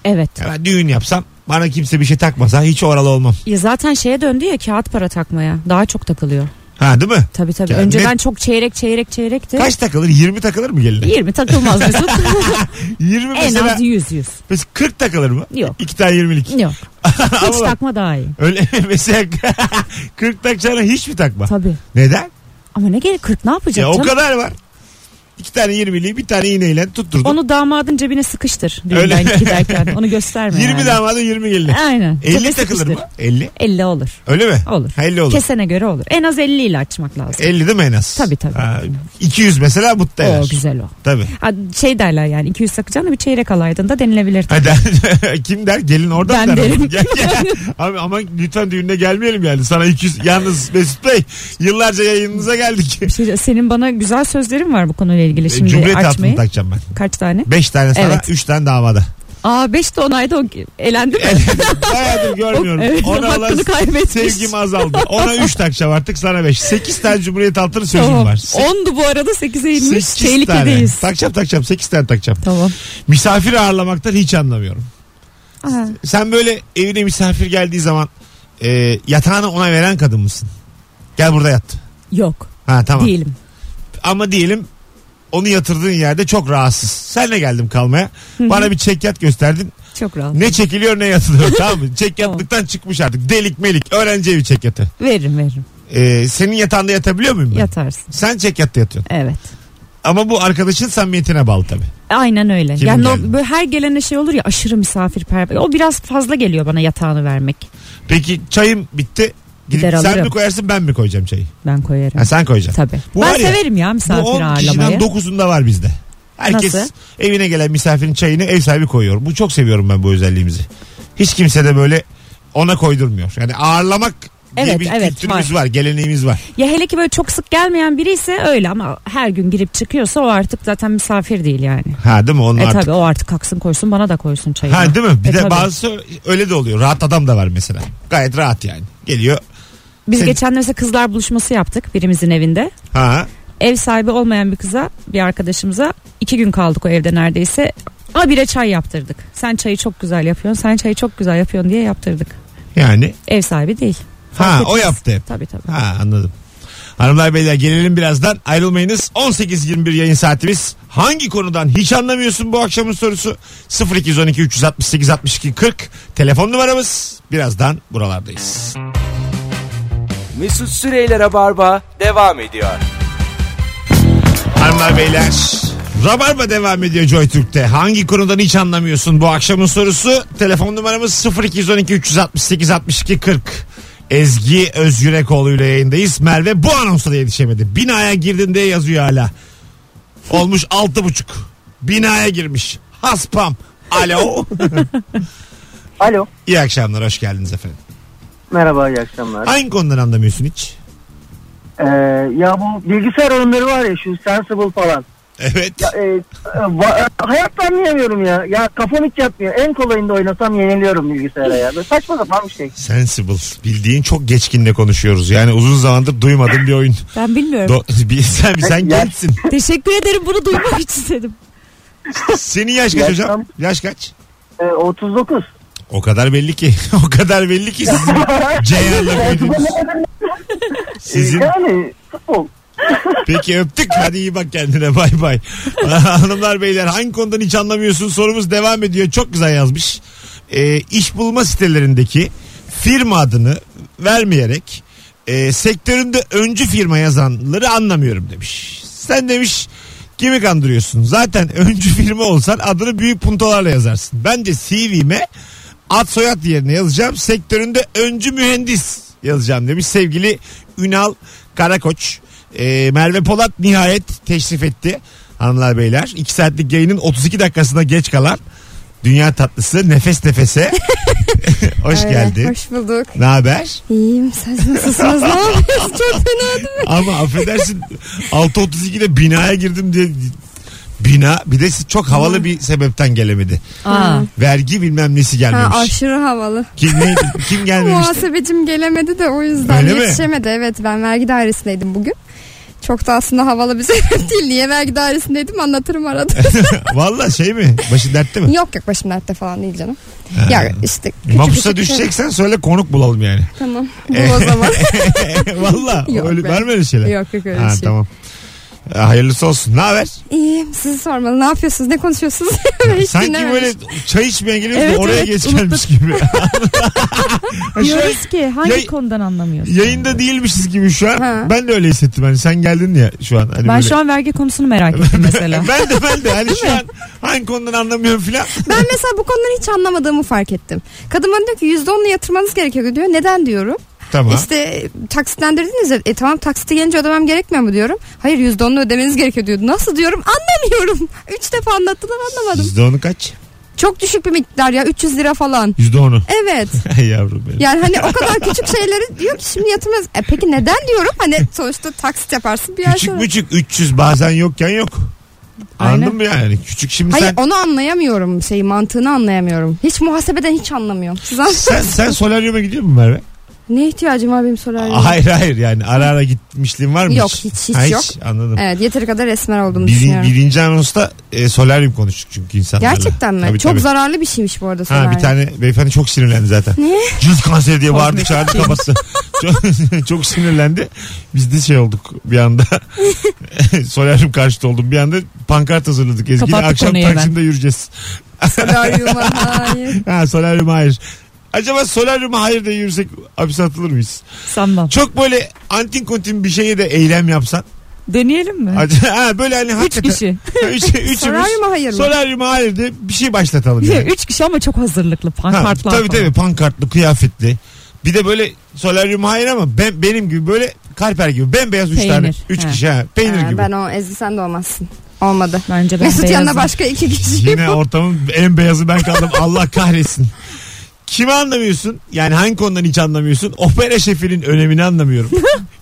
[SPEAKER 3] Evet.
[SPEAKER 2] Ya ben düğün yapsam bana kimse bir şey takmasa hiç oralı olmam.
[SPEAKER 3] Ya zaten şeye döndü ya kağıt para takmaya. Daha çok takılıyor.
[SPEAKER 2] Ha değil mi?
[SPEAKER 3] Tabii tabii.
[SPEAKER 2] Ya
[SPEAKER 3] Önceden
[SPEAKER 2] ne-
[SPEAKER 3] çok çeyrek çeyrek çeyrekti.
[SPEAKER 2] Kaç takılır? 20 takılır mı geline?
[SPEAKER 3] 20
[SPEAKER 2] *laughs*
[SPEAKER 3] takılmaz Mesut.
[SPEAKER 2] 20
[SPEAKER 3] en
[SPEAKER 2] mesela,
[SPEAKER 3] az 100 100.
[SPEAKER 2] mesela 40 takılır mı?
[SPEAKER 3] Yok.
[SPEAKER 2] 2 tane 20'lik. *laughs*
[SPEAKER 3] Yok. Hiç
[SPEAKER 2] Ama
[SPEAKER 3] takma daha iyi.
[SPEAKER 2] Öyle *laughs* mesela 40 takacağına hiç mi takma?
[SPEAKER 3] Tabii.
[SPEAKER 2] Neden?
[SPEAKER 3] Ama ne gerek 40 ne yapacak
[SPEAKER 2] Ya o
[SPEAKER 3] canım?
[SPEAKER 2] kadar var. İki tane 20'liği bir tane iğneyle tutturdum.
[SPEAKER 3] Onu damadın cebine sıkıştır
[SPEAKER 2] Öyle.
[SPEAKER 3] düğünden giderken.
[SPEAKER 2] *laughs*
[SPEAKER 3] Onu gösterme
[SPEAKER 2] 20
[SPEAKER 3] yani.
[SPEAKER 2] damadı 20 gelin.
[SPEAKER 3] Aynen.
[SPEAKER 2] 50
[SPEAKER 3] Cebe
[SPEAKER 2] takılır
[SPEAKER 3] sıkıştır.
[SPEAKER 2] mı? 50.
[SPEAKER 3] 50 olur.
[SPEAKER 2] Öyle mi?
[SPEAKER 3] Olur.
[SPEAKER 2] Ha, 50 olur. E-
[SPEAKER 3] Kesene göre olur. En az 50 ile açmak lazım.
[SPEAKER 2] 50 değil mi en az?
[SPEAKER 3] Tabii, tabii.
[SPEAKER 2] Ha, 200 mesela mutlu eder.
[SPEAKER 3] o güzel o.
[SPEAKER 2] Tabii.
[SPEAKER 3] Ha, şey derler yani 200 sakacaksın da bir çeyrek alaydın da denilebilir.
[SPEAKER 2] Ha, der- *laughs* Kim der? Gelin oradan
[SPEAKER 3] Ben
[SPEAKER 2] der.
[SPEAKER 3] derim.
[SPEAKER 2] Gel,
[SPEAKER 3] *laughs*
[SPEAKER 2] gel. Abi, ama lütfen düğününe gelmeyelim yani. Sana 200. Yalnız Mesut Bey yıllarca yayınınıza geldik.
[SPEAKER 3] Bir şey, senin bana güzel sözlerin var bu konuyla ilgili
[SPEAKER 2] Şimdi
[SPEAKER 3] şimdi
[SPEAKER 2] Cumhuriyet altını
[SPEAKER 3] açmayı.
[SPEAKER 2] takacağım ben.
[SPEAKER 3] Kaç tane?
[SPEAKER 2] 5 tane sana
[SPEAKER 3] Evet.
[SPEAKER 2] 3 tane damada.
[SPEAKER 3] Aa 5 de onayda o elendi mi?
[SPEAKER 2] *laughs* Bayağıdır görmüyorum.
[SPEAKER 3] Evet,
[SPEAKER 2] Ona
[SPEAKER 3] hakkını
[SPEAKER 2] olan
[SPEAKER 3] kaybetmiş.
[SPEAKER 2] sevgim azaldı. Ona 3 takacağım artık sana 5. 8 tane Cumhuriyet altını sözüm
[SPEAKER 3] Tamam.
[SPEAKER 2] var.
[SPEAKER 3] 10'du bu arada 8'e inmiş.
[SPEAKER 2] 8 tane.
[SPEAKER 3] Tehlikedeyiz.
[SPEAKER 2] Takacağım takacağım 8 tane takacağım.
[SPEAKER 3] Tamam.
[SPEAKER 2] Misafir ağırlamaktan hiç anlamıyorum.
[SPEAKER 3] Aa,
[SPEAKER 2] Sen böyle evine misafir geldiği zaman e, yatağını ona veren kadın mısın? Gel burada yat.
[SPEAKER 3] yok
[SPEAKER 2] Ha tamam.
[SPEAKER 3] değilim.
[SPEAKER 2] Ama diyelim onu yatırdığın yerde çok rahatsız. Senle geldim kalmaya. Bana bir çekyat gösterdin.
[SPEAKER 3] Çok rahat.
[SPEAKER 2] Ne çekiliyor ne yatılıyor tamam mı? Çekyatlıktan çıkmış artık. Delik melik. Öğrenci evi çekyatı.
[SPEAKER 3] Veririm veririm.
[SPEAKER 2] Ee, senin yatağında yatabiliyor muyum ben?
[SPEAKER 3] Yatarsın.
[SPEAKER 2] Sen çek yatta yatıyorsun.
[SPEAKER 3] Evet.
[SPEAKER 2] Ama bu arkadaşın samimiyetine bağlı tabii.
[SPEAKER 3] Aynen öyle.
[SPEAKER 2] Kimin
[SPEAKER 3] yani no-
[SPEAKER 2] geldi?
[SPEAKER 3] böyle her gelene şey olur ya aşırı misafirperver. O biraz fazla geliyor bana yatağını vermek.
[SPEAKER 2] Peki çayım bitti. Gidip
[SPEAKER 3] Gider
[SPEAKER 2] sen
[SPEAKER 3] alırım.
[SPEAKER 2] mi koyarsın ben mi koyacağım çayı?
[SPEAKER 3] Ben koyarım.
[SPEAKER 2] Ha, sen koyacaksın.
[SPEAKER 3] Tabii.
[SPEAKER 2] Bu
[SPEAKER 3] ben
[SPEAKER 2] var ya,
[SPEAKER 3] severim ya
[SPEAKER 2] Bu
[SPEAKER 3] misafir
[SPEAKER 2] 10 kişiden
[SPEAKER 3] ağırlamayı.
[SPEAKER 2] 9'unda var bizde. Herkes
[SPEAKER 3] Nasıl?
[SPEAKER 2] evine gelen misafirin çayını ev sahibi koyuyor. Bu çok seviyorum ben bu özelliğimizi. Hiç kimse de böyle ona koydurmuyor. Yani ağırlamak diye
[SPEAKER 3] Evet,
[SPEAKER 2] bir
[SPEAKER 3] evet,
[SPEAKER 2] kültürümüz var. geleneğimiz var.
[SPEAKER 3] Ya hele ki böyle çok sık gelmeyen biri ise öyle ama her gün girip çıkıyorsa o artık zaten misafir değil yani.
[SPEAKER 2] Ha değil mi? Onun
[SPEAKER 3] E
[SPEAKER 2] artık.
[SPEAKER 3] tabi o artık kalksın koysun bana da koysun çayını.
[SPEAKER 2] Ha değil mi? Bir
[SPEAKER 3] E
[SPEAKER 2] de
[SPEAKER 3] tabii.
[SPEAKER 2] bazısı öyle de oluyor. Rahat adam da var mesela. Gayet rahat yani. Geliyor.
[SPEAKER 3] Biz
[SPEAKER 2] Sen-
[SPEAKER 3] geçen mesela kızlar buluşması yaptık birimizin evinde.
[SPEAKER 2] Ha.
[SPEAKER 3] Ev sahibi olmayan bir kıza bir arkadaşımıza iki gün kaldık o evde neredeyse. Abire çay yaptırdık. Sen çayı çok güzel yapıyorsun sen çayı çok güzel yapıyorsun diye yaptırdık.
[SPEAKER 2] Yani.
[SPEAKER 3] Ev sahibi değil. Fark
[SPEAKER 2] Ha o
[SPEAKER 3] etmez.
[SPEAKER 2] yaptı hep.
[SPEAKER 3] Tabii tabii.
[SPEAKER 2] Ha anladım. Hanımlar beyler gelelim birazdan ayrılmayınız. 18.21 yayın saatimiz. Hangi konudan hiç anlamıyorsun bu akşamın sorusu? 0212 368 62 40 telefon numaramız. Birazdan buralardayız.
[SPEAKER 1] Mesut Süreyler'e barba devam ediyor.
[SPEAKER 2] hanımlar beyler. Rabarba devam ediyor Joy Türk'te. Hangi konudan hiç anlamıyorsun bu akşamın sorusu? Telefon numaramız 0212 368 62 40. Ezgi Özgürekoğlu ile yayındayız. Merve bu anonsa da yetişemedi. Binaya girdin diye yazıyor hala. Olmuş 6.30. Binaya girmiş. Haspam. Alo.
[SPEAKER 7] Alo.
[SPEAKER 2] İyi akşamlar hoş geldiniz efendim.
[SPEAKER 7] Merhaba iyi akşamlar.
[SPEAKER 2] Hangi konudan anlamıyorsun hiç?
[SPEAKER 7] Ee, ya bu bilgisayar oyunları var ya şu Sensible falan.
[SPEAKER 2] Evet.
[SPEAKER 7] Ee, e, va- hayatta anlayamıyorum ya. Ya kafam hiç yatmıyor. En kolayında oynasam yeniliyorum bilgisayara ya. Böyle saçma sapan bir şey.
[SPEAKER 2] Sensible. Bildiğin çok geçkinle konuşuyoruz. Yani uzun zamandır duymadığım bir oyun.
[SPEAKER 3] Ben bilmiyorum.
[SPEAKER 2] Do- *laughs* bir- sen sen
[SPEAKER 7] Ya-
[SPEAKER 2] gençsin.
[SPEAKER 3] Teşekkür ederim bunu duymak için istedim.
[SPEAKER 2] Senin yaş kaç hocam?
[SPEAKER 7] Yaşam-
[SPEAKER 2] Yaş kaç?
[SPEAKER 7] Ee, 39.
[SPEAKER 2] O kadar belli ki. *laughs* o kadar belli ki sizin *laughs* Ceyhan'la büyüdünüz. Sizin
[SPEAKER 7] Yani futbol.
[SPEAKER 2] peki öptük. Hadi iyi bak kendine bay bay. *laughs* Hanımlar beyler hangi konudan hiç anlamıyorsun sorumuz devam ediyor. Çok güzel yazmış. Ee, iş bulma sitelerindeki firma adını vermeyerek e, sektöründe öncü firma yazanları anlamıyorum demiş. Sen demiş kimi kandırıyorsun? Zaten *laughs* öncü firma olsan adını büyük puntolarla yazarsın. Bence CV'me ad soyad yerine yazacağım. Sektöründe öncü mühendis yazacağım demiş sevgili Ünal Karakoç. Ee, Merve Polat nihayet teşrif etti hanımlar beyler. 2 saatlik yayının 32 dakikasına geç kalan dünya tatlısı nefes
[SPEAKER 8] *laughs*
[SPEAKER 2] nefese. *laughs* hoş
[SPEAKER 8] Öyle,
[SPEAKER 2] geldin.
[SPEAKER 8] Hoş bulduk.
[SPEAKER 2] Ne haber?
[SPEAKER 8] İyiyim. Siz nasılsınız? ne yapıyorsunuz? Çok fena değil mi?
[SPEAKER 2] Ama affedersin 6.32'de binaya girdim diye bina bir de çok havalı bir sebepten gelemedi.
[SPEAKER 3] Aa.
[SPEAKER 2] Vergi bilmem nesi
[SPEAKER 8] Ha,
[SPEAKER 2] gelmemiş.
[SPEAKER 8] aşırı havalı.
[SPEAKER 2] kim, ne- kim *laughs* gelmemişti?
[SPEAKER 8] Muhasebecim gelemedi de o yüzden
[SPEAKER 2] Öyle mi?
[SPEAKER 8] yetişemedi. Evet ben vergi dairesindeydim bugün. Çok da aslında havalı bir *laughs* sebep değil. Niye vergi dairesindeydim anlatırım arada.
[SPEAKER 2] Valla şey mi? Başı dertte mi?
[SPEAKER 8] yok yok başım dertte falan değil canım. Ya işte. küçük
[SPEAKER 2] Mahpusa
[SPEAKER 8] küçük şey-
[SPEAKER 2] düşeceksen söyle konuk bulalım
[SPEAKER 8] *laughs*
[SPEAKER 2] yani. *laughs*
[SPEAKER 8] Tamam bu o zaman.
[SPEAKER 2] Valla
[SPEAKER 8] Yok
[SPEAKER 2] öyle
[SPEAKER 8] be.
[SPEAKER 2] var mı öyle şeyler?
[SPEAKER 8] yok yok öyle
[SPEAKER 2] ha,
[SPEAKER 8] şey.
[SPEAKER 2] tamam. E, Hayırlısı olsun. Ne haber?
[SPEAKER 8] İyiyim sizi sormalı. Ne yapıyorsunuz? Ne konuşuyorsunuz? *laughs* Ben hiç
[SPEAKER 2] Sanki
[SPEAKER 8] dinlememiştim.
[SPEAKER 2] böyle çay içmeye geliyoruz da
[SPEAKER 3] Evet,
[SPEAKER 2] oraya
[SPEAKER 3] evet,
[SPEAKER 2] geç gelmiş gibi. *laughs* Ha, şu an
[SPEAKER 3] Diyoruz ki hangi
[SPEAKER 2] Yay-
[SPEAKER 3] konudan anlamıyorsun?
[SPEAKER 2] yayında değilmişiz gibi şu an.
[SPEAKER 8] Ha.
[SPEAKER 2] Ben de öyle hissettim. Hani sen geldin ya şu an. Hani
[SPEAKER 3] ben
[SPEAKER 2] böyle-
[SPEAKER 3] şu an vergi konusunu
[SPEAKER 2] *laughs*
[SPEAKER 3] merak ettim mesela.
[SPEAKER 2] ben de ben de. Hani şu an hangi konudan anlamıyorum filan.
[SPEAKER 8] Ben mesela bu konudan hiç anlamadığımı fark ettim. Kadın bana diyor ki %10'la yatırmanız gerekiyor diyor. Neden diyorum.
[SPEAKER 2] Tamam.
[SPEAKER 8] İşte taksitlendirdiniz ya. E tamam taksite gelince ödemem gerekmiyor mu diyorum. Hayır %10'la ödemeniz gerekiyor diyor. Nasıl diyorum anlamıyorum. *laughs* Üç defa anlattılar anlamadım.
[SPEAKER 2] Yüzde onu kaç?
[SPEAKER 8] Çok düşük bir miktar ya 300 lira falan.
[SPEAKER 2] Yüzde onu. *laughs*
[SPEAKER 8] Evet.
[SPEAKER 2] Yavrum benim.
[SPEAKER 8] Yani hani o kadar küçük şeyleri diyor ki şimdi yatırmaz. E peki neden diyorum? Hani sonuçta taksit yaparsın bir yer
[SPEAKER 2] Küçük
[SPEAKER 8] sonra.
[SPEAKER 2] buçuk 300 bazen yokken yok.
[SPEAKER 3] Aynen.
[SPEAKER 2] Anladın mı yani? Küçük şimdi
[SPEAKER 8] Hayır
[SPEAKER 2] sen...
[SPEAKER 8] onu anlayamıyorum şeyi mantığını anlayamıyorum. Hiç muhasebeden hiç anlamıyorum. Siz anlıyor
[SPEAKER 2] Sen,
[SPEAKER 8] musunuz?
[SPEAKER 2] sen solaryuma gidiyor musun Merve?
[SPEAKER 8] Ne ihtiyacım var benim solaryuma?
[SPEAKER 2] Hayır hayır yani ara ara gitmişliğin var mı?
[SPEAKER 8] Yok, hiç, hiç
[SPEAKER 2] Ha,
[SPEAKER 8] yok.
[SPEAKER 2] Anladım.
[SPEAKER 8] Evet yeteri kadar esmer olduğumu
[SPEAKER 2] Biri-
[SPEAKER 8] düşünüyorum.
[SPEAKER 2] birinci anonsta e, solaryum konuştuk çünkü insanlarla.
[SPEAKER 8] Gerçekten mi?
[SPEAKER 2] Tabii,
[SPEAKER 8] Çok
[SPEAKER 2] tabii.
[SPEAKER 8] zararlı bir şeymiş bu arada solaryum.
[SPEAKER 2] Ha bir tane beyefendi çok sinirlendi zaten.
[SPEAKER 8] Ne?
[SPEAKER 2] Cüz kanseri diye bağırdı çağırdı kafası. çok, çok sinirlendi. Biz de şey olduk bir anda. *laughs* Solaryum karşıtı oldum bir anda. Pankart hazırladık Ezgi'yle.
[SPEAKER 3] Kapattık
[SPEAKER 2] Akşam
[SPEAKER 3] konuyu hemen.
[SPEAKER 2] Taksim'de yürüyeceğiz.
[SPEAKER 8] Solaryuma hayır.
[SPEAKER 2] Ha solaryum hayır. Acaba solaryuma hayır diye yürüsek hapis atılır mıyız?
[SPEAKER 3] Sanmam.
[SPEAKER 2] Çok böyle antin kontin bir şeye de eylem yapsan.
[SPEAKER 3] Deneyelim mi?
[SPEAKER 2] Ac- ha, böyle hani
[SPEAKER 3] Üç kişi.
[SPEAKER 2] *laughs* üç, üçümüz.
[SPEAKER 8] Solaryuma hayır mı?
[SPEAKER 2] Solaryuma hayır diye bir şey başlatalım yani.
[SPEAKER 3] Üç kişi ama çok hazırlıklı.
[SPEAKER 2] Ha,
[SPEAKER 3] Pankartlar
[SPEAKER 2] tabii
[SPEAKER 3] falan.
[SPEAKER 2] tabii pankartlı kıyafetli. Bir de böyle solaryum hayır ama ben, benim gibi böyle kalper gibi bembeyaz üç
[SPEAKER 3] Peynir.
[SPEAKER 2] tane. Üç
[SPEAKER 3] Ha.
[SPEAKER 2] kişi ha. Peynir
[SPEAKER 8] Ha,
[SPEAKER 2] gibi.
[SPEAKER 8] ben o Ezgi sen de olmazsın. Olmadı.
[SPEAKER 3] Bence ben
[SPEAKER 8] Mesut yanına
[SPEAKER 3] beyazım.
[SPEAKER 8] başka iki kişi.
[SPEAKER 2] Yine ortamın en beyazı ben kaldım. Allah kahretsin. Kimi anlamıyorsun? Yani hangi konudan hiç anlamıyorsun? Opera şefinin önemini
[SPEAKER 3] *laughs*
[SPEAKER 2] anlamıyorum.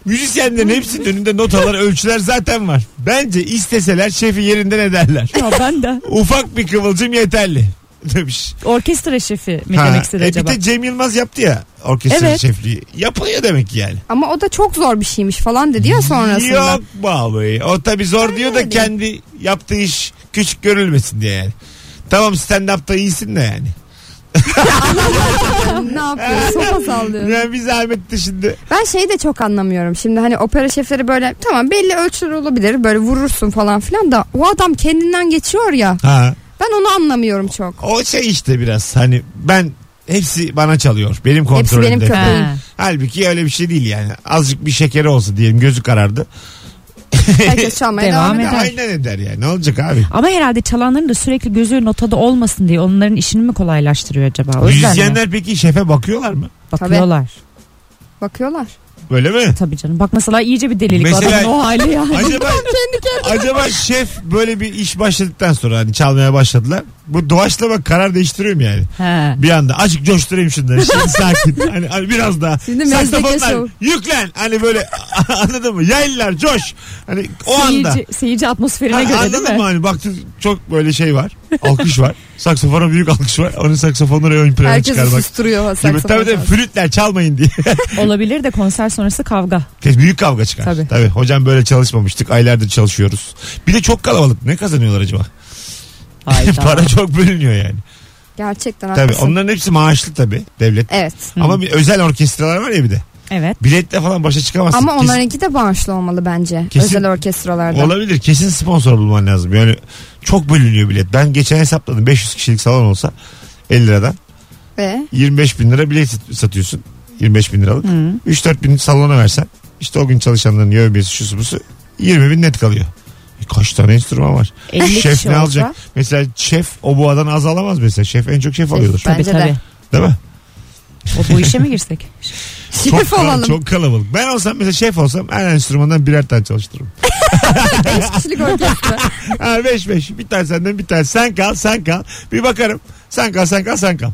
[SPEAKER 2] Müzisyenlerin hepsinin önünde notalar, ölçüler zaten var. Bence isteseler şefi yerinden ederler.
[SPEAKER 3] Ya ben de.
[SPEAKER 2] Ufak bir kıvılcım yeterli demiş.
[SPEAKER 3] *laughs* Orkestra şefi mi
[SPEAKER 2] Ha,
[SPEAKER 3] demek istedi
[SPEAKER 2] e
[SPEAKER 3] acaba?
[SPEAKER 2] Bir de Cem Yılmaz yaptı ya orkestra
[SPEAKER 3] Evet.
[SPEAKER 2] şefliği. Yapılıyor demek ki yani.
[SPEAKER 8] Ama o da çok zor bir şeymiş falan dedi ya sonrasında.
[SPEAKER 2] Yok vallahi. O tabii zor diyor da
[SPEAKER 8] öyle.
[SPEAKER 2] kendi yaptığı iş küçük görülmesin diye yani. Tamam stand up'ta iyisin de yani.
[SPEAKER 8] ne yapıyor?
[SPEAKER 2] *laughs*
[SPEAKER 8] Sopa sallıyor.
[SPEAKER 2] Yani bir zahmet de şimdi.
[SPEAKER 8] Ben şeyi de çok anlamıyorum. Şimdi hani opera şefleri böyle tamam belli ölçüler olabilir. Böyle vurursun falan filan da o adam kendinden geçiyor ya.
[SPEAKER 2] Ha.
[SPEAKER 8] Ben onu anlamıyorum
[SPEAKER 2] *laughs*
[SPEAKER 8] çok.
[SPEAKER 2] O şey işte biraz hani ben hepsi bana çalıyor. Benim
[SPEAKER 8] Hepsi
[SPEAKER 2] kontrolümde.
[SPEAKER 8] benim köpeğim.
[SPEAKER 3] Ha.
[SPEAKER 2] Halbuki öyle bir şey değil yani. Azıcık bir şekeri olsa diyelim gözü karardı.
[SPEAKER 8] Herkes çalmaya devam,
[SPEAKER 3] Devam
[SPEAKER 8] eder.
[SPEAKER 3] eder.
[SPEAKER 2] Aynen eder yani. Ne olacak abi?
[SPEAKER 3] Ama herhalde çalanların da sürekli gözü notada olmasın diye onların işini mi kolaylaştırıyor acaba? O yüzden mi?
[SPEAKER 2] Müzisyenler peki şefe bakıyorlar mı?
[SPEAKER 3] bakıyorlar.
[SPEAKER 8] Bakıyorlar.
[SPEAKER 2] Böyle
[SPEAKER 3] *laughs*
[SPEAKER 2] mi?
[SPEAKER 3] Tabii canım. Bak mesela iyice bir delilik
[SPEAKER 2] Mesela-
[SPEAKER 3] adamın o hali yani. *laughs*
[SPEAKER 2] Acaba acaba şef böyle bir iş başladıktan sonra hani çalmaya başladılar. Bu doğaçlama karar değiştiriyorum yani.
[SPEAKER 3] He.
[SPEAKER 2] Bir anda azıcık coşturayım şunları. Şimdi sakin. Hani, hani biraz daha.
[SPEAKER 8] Şimdi mezdeke
[SPEAKER 2] Saksafonlar
[SPEAKER 8] şov.
[SPEAKER 2] yüklen. Hani böyle *laughs* anladın mı? Yaylılar coş. Hani o
[SPEAKER 3] seyirci,
[SPEAKER 2] anda.
[SPEAKER 3] seyirci atmosferine
[SPEAKER 2] Ha,
[SPEAKER 3] göre değil
[SPEAKER 2] anladın
[SPEAKER 3] mi?
[SPEAKER 2] mı? Hani baktın çok böyle şey var. Alkış var. Saksafona büyük alkış var. Onun saksafonları ön plana
[SPEAKER 8] Herkesi
[SPEAKER 2] çıkarmak.
[SPEAKER 8] susturuyor.
[SPEAKER 2] Gibi.
[SPEAKER 8] saksafon
[SPEAKER 2] Tabii tabii
[SPEAKER 8] çalsın.
[SPEAKER 2] flütler çalmayın diye. *laughs*
[SPEAKER 3] Olabilir de konser sonrası kavga.
[SPEAKER 2] Kes- Büyük kavga çıkar. Tabii.
[SPEAKER 3] Tabii.
[SPEAKER 2] Hocam böyle çalışmamıştık. Aylardır çalışıyoruz. Bir de çok kalabalık. Ne kazanıyorlar acaba? *laughs* Para çok bölünüyor yani.
[SPEAKER 8] Gerçekten
[SPEAKER 2] Tabii.
[SPEAKER 8] haklısın.
[SPEAKER 2] Onların hepsi maaşlı tabii. Devlet.
[SPEAKER 8] Evet.
[SPEAKER 2] Ama bir özel orkestralar var ya bir de. *laughs*
[SPEAKER 3] Evet.
[SPEAKER 2] Biletle falan başa çıkamazsın.
[SPEAKER 8] Ama
[SPEAKER 2] Kesin-
[SPEAKER 8] onlarınki de bağışlı olmalı bence.
[SPEAKER 2] Kesin-
[SPEAKER 8] Özel orkestralarda.
[SPEAKER 2] Olabilir. Kesin sponsor bulman lazım. Yani çok bölünüyor bilet. Ben geçen hesapladım. 500 kişilik salon olsa 50 liradan
[SPEAKER 8] Ve
[SPEAKER 2] 25 bin lira bilet sat- satıyorsun. 25 bin liralık. 3-4 bin salona versen işte o gün çalışanların yövmesi şusu busu 20 bin net kalıyor. E kaç tane enstrüman var?
[SPEAKER 3] 50 kişi
[SPEAKER 2] şef ne
[SPEAKER 3] olsa-
[SPEAKER 2] alacak? Mesela şef o buğadan az alamaz mesela. Şef en çok şef alıyordur.
[SPEAKER 3] Tabii
[SPEAKER 8] Bence de.
[SPEAKER 3] tabii.
[SPEAKER 2] Değil mi?
[SPEAKER 3] O bu işe mi girsek?
[SPEAKER 8] şef
[SPEAKER 2] çok, kal-
[SPEAKER 8] olalım.
[SPEAKER 2] çok kalabalık. Ben olsam mesela şef olsam her enstrümandan birer tane çalıştırırım.
[SPEAKER 8] Beş
[SPEAKER 2] *laughs*
[SPEAKER 8] kişilik orkestra.
[SPEAKER 2] Ha beş beş. Bir tane senden bir tane. Sen kal sen kal. Bir bakarım. Sen kal sen kal sen kal.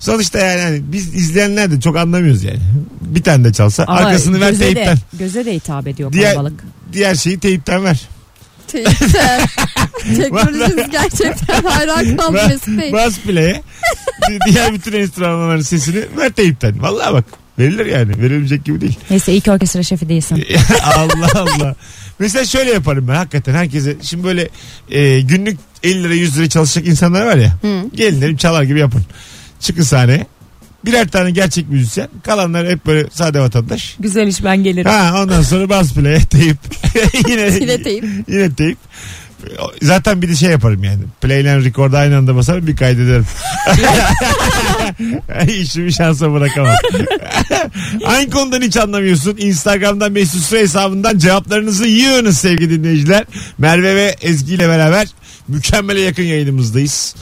[SPEAKER 2] Sonuçta yani hani biz izleyenler de çok anlamıyoruz yani. Bir tane de çalsa
[SPEAKER 3] Ama
[SPEAKER 2] arkasını ver
[SPEAKER 3] göze
[SPEAKER 2] teyipten.
[SPEAKER 3] De, göze de hitap ediyor
[SPEAKER 2] Diğer-
[SPEAKER 3] kalabalık.
[SPEAKER 2] Diğer şeyi teyipten ver.
[SPEAKER 8] Teyitler. Teknolojimiz gerçekten hayran kaldı Mesut Bey.
[SPEAKER 2] Bas
[SPEAKER 3] *laughs*
[SPEAKER 2] play'e. Di- diğer bütün enstrümanların sesini ver teyipten. Vallahi bak verilir yani. Verilmeyecek gibi değil.
[SPEAKER 3] Neyse iyi ki orkestra şefi değilsin.
[SPEAKER 2] *laughs* Allah Allah. Mesela şöyle yaparım ben hakikaten herkese. Şimdi böyle e, günlük 50 lira 100 lira çalışacak insanlar var ya. Gelin derim çalar gibi yapın. Çıkın sahneye. Birer tane gerçek müzisyen. Kalanlar hep böyle sade vatandaş.
[SPEAKER 3] Güzel iş ben gelirim.
[SPEAKER 2] Ha ondan sonra bas play'e *laughs*
[SPEAKER 8] *laughs*
[SPEAKER 2] teyip. yine,
[SPEAKER 8] Yine teyip.
[SPEAKER 2] Yine teyip. Zaten bir de şey yaparım yani. Play ile record aynı anda basarım bir
[SPEAKER 8] *laughs*
[SPEAKER 2] kaydederim. *laughs* İşimi şansa bırakamam. Hangi konudan hiç anlamıyorsun? Instagram'dan Mesut Süre hesabından cevaplarınızı yığınız sevgili dinleyiciler. Merve ve Ezgi ile beraber mükemmele yakın yayınımızdayız.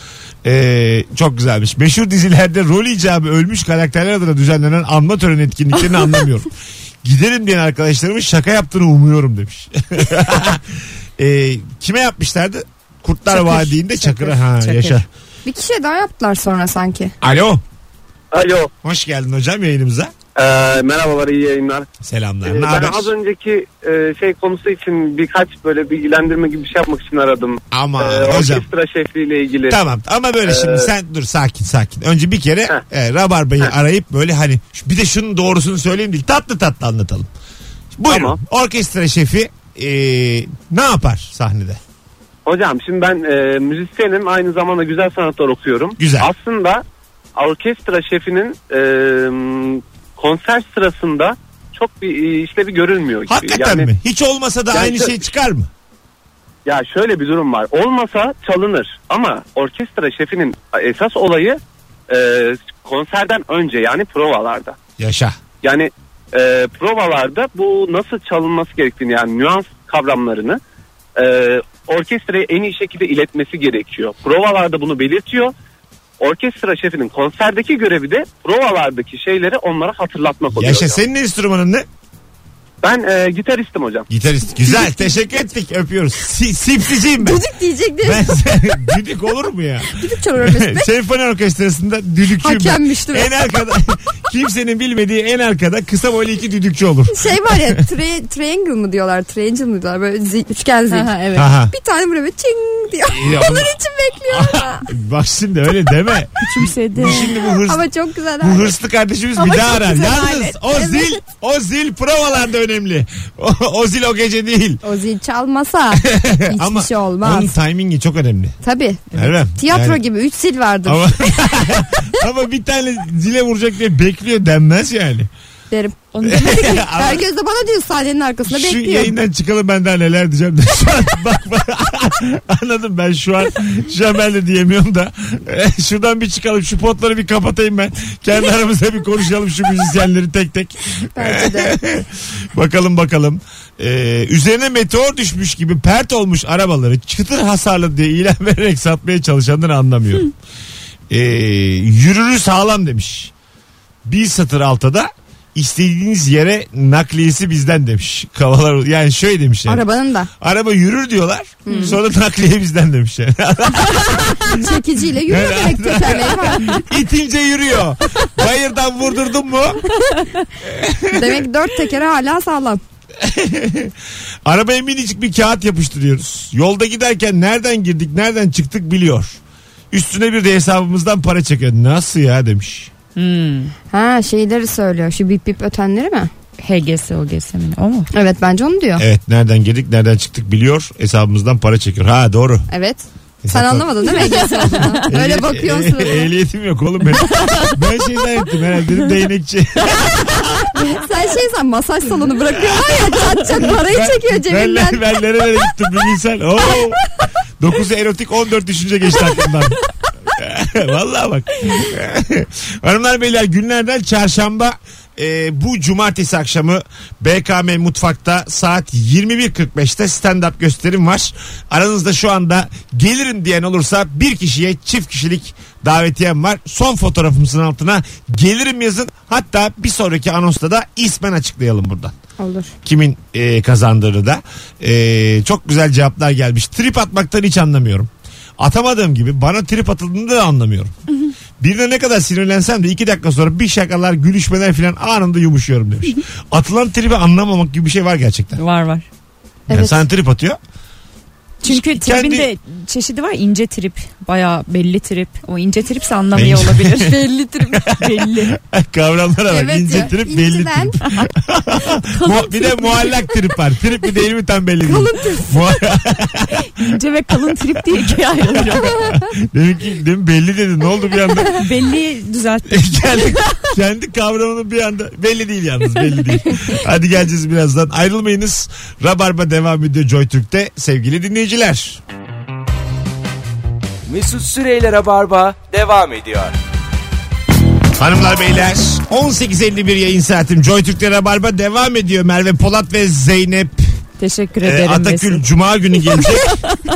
[SPEAKER 2] Ee, çok güzelmiş. Meşhur dizilerde rol icabı ölmüş karakterler adına düzenlenen anma töreni etkinliklerini anlamıyorum.
[SPEAKER 3] *laughs*
[SPEAKER 2] Giderim diyen arkadaşlarımın şaka yaptığını umuyorum demiş. *laughs* Ee, kime yapmışlardı? Kurtlar
[SPEAKER 3] Çakır.
[SPEAKER 2] Vadii'nde Çakır'a.
[SPEAKER 3] Çakır.
[SPEAKER 2] Ha,
[SPEAKER 3] Çakır.
[SPEAKER 2] yaşa.
[SPEAKER 8] Bir kişiye daha yaptılar sonra sanki.
[SPEAKER 2] Alo.
[SPEAKER 9] Alo.
[SPEAKER 2] Hoş geldin hocam yayınımıza.
[SPEAKER 9] Ee, merhabalar iyi yayınlar.
[SPEAKER 2] Selamlar.
[SPEAKER 9] Ee,
[SPEAKER 2] ne
[SPEAKER 9] ben
[SPEAKER 2] haber?
[SPEAKER 9] az önceki e, şey konusu için birkaç böyle bilgilendirme gibi bir şey yapmak için aradım.
[SPEAKER 2] Ama
[SPEAKER 9] Ee,
[SPEAKER 2] hocam.
[SPEAKER 9] orkestra şefliğiyle ilgili.
[SPEAKER 2] Tamam ama böyle şimdi
[SPEAKER 9] Ee,
[SPEAKER 2] sen dur sakin sakin. Önce bir kere
[SPEAKER 9] Heh.
[SPEAKER 2] e, Rabarba'yı arayıp böyle hani şu- bir de şunun doğrusunu söyleyeyim değil tatlı tatlı anlatalım. Buyurun
[SPEAKER 9] Tamam.
[SPEAKER 2] orkestra şefi e, ne yapar sahnede?
[SPEAKER 9] Hocam şimdi ben e, müzisyenim aynı zamanda güzel sanatlar okuyorum.
[SPEAKER 2] Güzel.
[SPEAKER 9] Aslında orkestra şefinin e, konser sırasında çok bir e, işlevi görülmüyor. gibi.
[SPEAKER 2] Hakikaten
[SPEAKER 9] Yani-
[SPEAKER 2] mi? Hiç olmasa da
[SPEAKER 9] Yani
[SPEAKER 2] aynı
[SPEAKER 9] şu-
[SPEAKER 2] şey çıkar mı?
[SPEAKER 9] Ya şöyle bir durum var. Olmasa çalınır ama orkestra şefinin esas olayı e, konserden önce yani provalarda.
[SPEAKER 2] Yaşa.
[SPEAKER 9] Yani e, provalarda bu nasıl çalınması gerektiğini yani nüans kavramlarını e, orkestraya en iyi şekilde iletmesi gerekiyor. Provalarda bunu belirtiyor. Orkestra şefinin konserdeki görevi de provalardaki şeyleri onlara hatırlatmak oluyor.
[SPEAKER 2] Yaşa
[SPEAKER 9] hocam.
[SPEAKER 2] senin enstrümanın ne?
[SPEAKER 9] Ben e, gitaristim hocam.
[SPEAKER 2] Gitarist.
[SPEAKER 9] *laughs*
[SPEAKER 2] Güzel teşekkür ettik öpüyoruz. Si, sipsiciyim ben.
[SPEAKER 8] Düdük diyecek diye
[SPEAKER 2] ben düdük olur mu ya?
[SPEAKER 8] düdük çalıyor
[SPEAKER 2] *laughs*
[SPEAKER 8] Mesut Bey.
[SPEAKER 2] Senfoni orkestrasında düdükçüyüm ben.
[SPEAKER 8] Hakemmiş değil mi?
[SPEAKER 2] En arkada kimsenin bilmediği en arkada kısa boylu iki düdükçü olur.
[SPEAKER 8] Şey var ya tre- triangle mı diyorlar triangle mı diyorlar böyle zi- üçgen zil.
[SPEAKER 3] evet.
[SPEAKER 2] Aha.
[SPEAKER 8] Bir tane böyle böyle çing diyor.
[SPEAKER 2] Ya
[SPEAKER 8] Onun
[SPEAKER 2] ama-
[SPEAKER 8] için bekliyorum.
[SPEAKER 2] Bak şimdi öyle deme.
[SPEAKER 3] Küçümsedi.
[SPEAKER 2] Şimdi bu hırs,
[SPEAKER 8] Ama çok güzel.
[SPEAKER 2] bu hırslı kardeşimiz
[SPEAKER 8] Ama
[SPEAKER 2] bir daha
[SPEAKER 8] çok
[SPEAKER 2] arar.
[SPEAKER 8] güzel
[SPEAKER 2] Yalnız
[SPEAKER 8] alet.
[SPEAKER 2] o
[SPEAKER 8] Evet.
[SPEAKER 2] zil, o zil provalarda önemli. O, o zil o gece değil.
[SPEAKER 8] O
[SPEAKER 2] *laughs*
[SPEAKER 8] zil çalmasa hiçbir
[SPEAKER 2] Ama
[SPEAKER 8] şey olmaz.
[SPEAKER 2] Onun timingi çok önemli.
[SPEAKER 8] Tabii.
[SPEAKER 2] Ervem,
[SPEAKER 8] Tiyatro
[SPEAKER 2] yani-
[SPEAKER 8] gibi
[SPEAKER 2] *laughs*
[SPEAKER 8] 3 zil vardır.
[SPEAKER 2] Ama, ama bir tane zile vuracak diye bekliyor denmez yani.
[SPEAKER 8] derim. Onu demedi ki.
[SPEAKER 2] *laughs* Ama-
[SPEAKER 8] Herkes de bana diyor sahnenin arkasında
[SPEAKER 2] Şu
[SPEAKER 8] bekliyor.
[SPEAKER 2] yayından çıkalım ben daha neler diyeceğim. de. Şu an *laughs* bak bak. Anladım ben şu an. Şu an ben de diyemiyorum da. E, Şuradan bir çıkalım. Şu potları bir kapatayım ben. Kendi aramızda bir konuşalım şu müzisyenleri tek tek.
[SPEAKER 8] Bence de.
[SPEAKER 2] Bakalım bakalım. Ee, üzerine meteor düşmüş gibi pert olmuş arabaları çıtır hasarlı diye ilan *laughs* vererek satmaya çalışanları anlamıyorum. Ee, yürürü sağlam demiş. Bir satır altada istediğiniz yere nakliyesi bizden demiş. Kavalar yani şöyle demiş yani. Araba,
[SPEAKER 8] Arabanın da
[SPEAKER 2] yürür diyorlar. Sonra nakliye bizden demiş yani. *laughs*
[SPEAKER 8] çekiciyle yürüyor
[SPEAKER 2] Evet. *laughs*
[SPEAKER 8] demek tekerleği var.
[SPEAKER 2] İtince yürüyor. Bayırdan vurdurdun mu?
[SPEAKER 8] Demek dört tekeri hala sağlam.
[SPEAKER 2] Arabaya minicik bir kağıt yapıştırıyoruz. Yolda giderken nereden girdik nereden çıktık biliyor. Üstüne bir de hesabımızdan para çekiyor. Nasıl ya demiş.
[SPEAKER 3] Hmm.
[SPEAKER 8] Ha şeyleri söylüyor. Şu bip bip ötenleri mi?
[SPEAKER 3] HGS, OGS mi? O mu?
[SPEAKER 8] Evet bence onu diyor. Evet.
[SPEAKER 2] Evet nereden girdik nereden çıktık biliyor. Hesabımızdan para çekiyor. Ha doğru.
[SPEAKER 8] Sen
[SPEAKER 2] *laughs*
[SPEAKER 8] anlamadın değil mi Ege'si olduğunu? Öyle bakıyorsun.
[SPEAKER 2] E- e- ehliyetim yok oğlum benim. ben şey zannettim herhalde dedim değnekçi.
[SPEAKER 8] Sen şey sen masaj salonu bırakıyorlar ya çat çat parayı çekiyor
[SPEAKER 2] ben,
[SPEAKER 8] cebinden.
[SPEAKER 2] ben, ben nerelere gittim bir bilsen. Oo. 9 erotik 14 düşünce geçti aklımdan. *laughs* Vallahi bak. *laughs* Hanımlar beyler günlerden çarşamba e, bu cumartesi akşamı BKM Mutfak'ta saat 21.45'te stand-up gösterim var. Aranızda şu anda gelirim diyen olursa bir kişiye çift kişilik davetiyem var. Son fotoğrafımızın altına gelirim yazın. Hatta bir sonraki anonsta da ismen açıklayalım buradan
[SPEAKER 8] Olur.
[SPEAKER 2] kimin e, kazandığını da. E, çok güzel cevaplar gelmiş. Trip atmaktan hiç anlamıyorum. Atamadığım gibi bana trip atıldığını da anlamıyorum. Birine ne kadar sinirlensem de iki dakika sonra bir şakalar, gülüşmeler filan anında yumuşuyorum demiş. Atılan tribi anlamamak gibi bir şey var gerçekten.
[SPEAKER 3] Var var.
[SPEAKER 2] Yani
[SPEAKER 8] Evet.
[SPEAKER 2] sana trip atıyor. *laughs*
[SPEAKER 3] Çünkü
[SPEAKER 2] Kendi-
[SPEAKER 3] tribin de çeşidi var. ince trip. Bayağı belli trip. O ince tripse anlamıyor
[SPEAKER 2] Belli.
[SPEAKER 3] olabilir. *laughs* belli trip. belli.
[SPEAKER 2] Kavramlara bak.
[SPEAKER 8] Evet
[SPEAKER 2] ince
[SPEAKER 8] ya,
[SPEAKER 2] trip, belli
[SPEAKER 8] inciden. *laughs*
[SPEAKER 2] trip. Mu- bir de muallak trip var. Trip mi değil mi tam belli değil.
[SPEAKER 8] Kalın trip.
[SPEAKER 2] Mua-
[SPEAKER 3] İnce ve kalın trip diye ikiye ayrılıyor.
[SPEAKER 2] *laughs* Demin ki demin belli dedi. Ne oldu bir
[SPEAKER 8] *laughs*
[SPEAKER 2] anda?
[SPEAKER 3] belli düzelttim.
[SPEAKER 2] *laughs* kendi, kendi kavramını bir anda belli değil yalnız belli değil. Hadi geleceğiz birazdan. Ayrılmayınız. Rabarba devam ediyor JoyTürk'te sevgili dinleyiciler.
[SPEAKER 1] Mesut Süreyler'e barba devam ediyor.
[SPEAKER 2] Hanımlar beyler 18.51 yayın saatim JoyTürk'te Rabarba devam ediyor. Merve Polat ve Zeynep
[SPEAKER 3] Teşekkür
[SPEAKER 2] e,
[SPEAKER 3] ederim.
[SPEAKER 2] Atakül
[SPEAKER 3] Mesut.
[SPEAKER 2] Cuma günü
[SPEAKER 8] *laughs*
[SPEAKER 2] gelecek.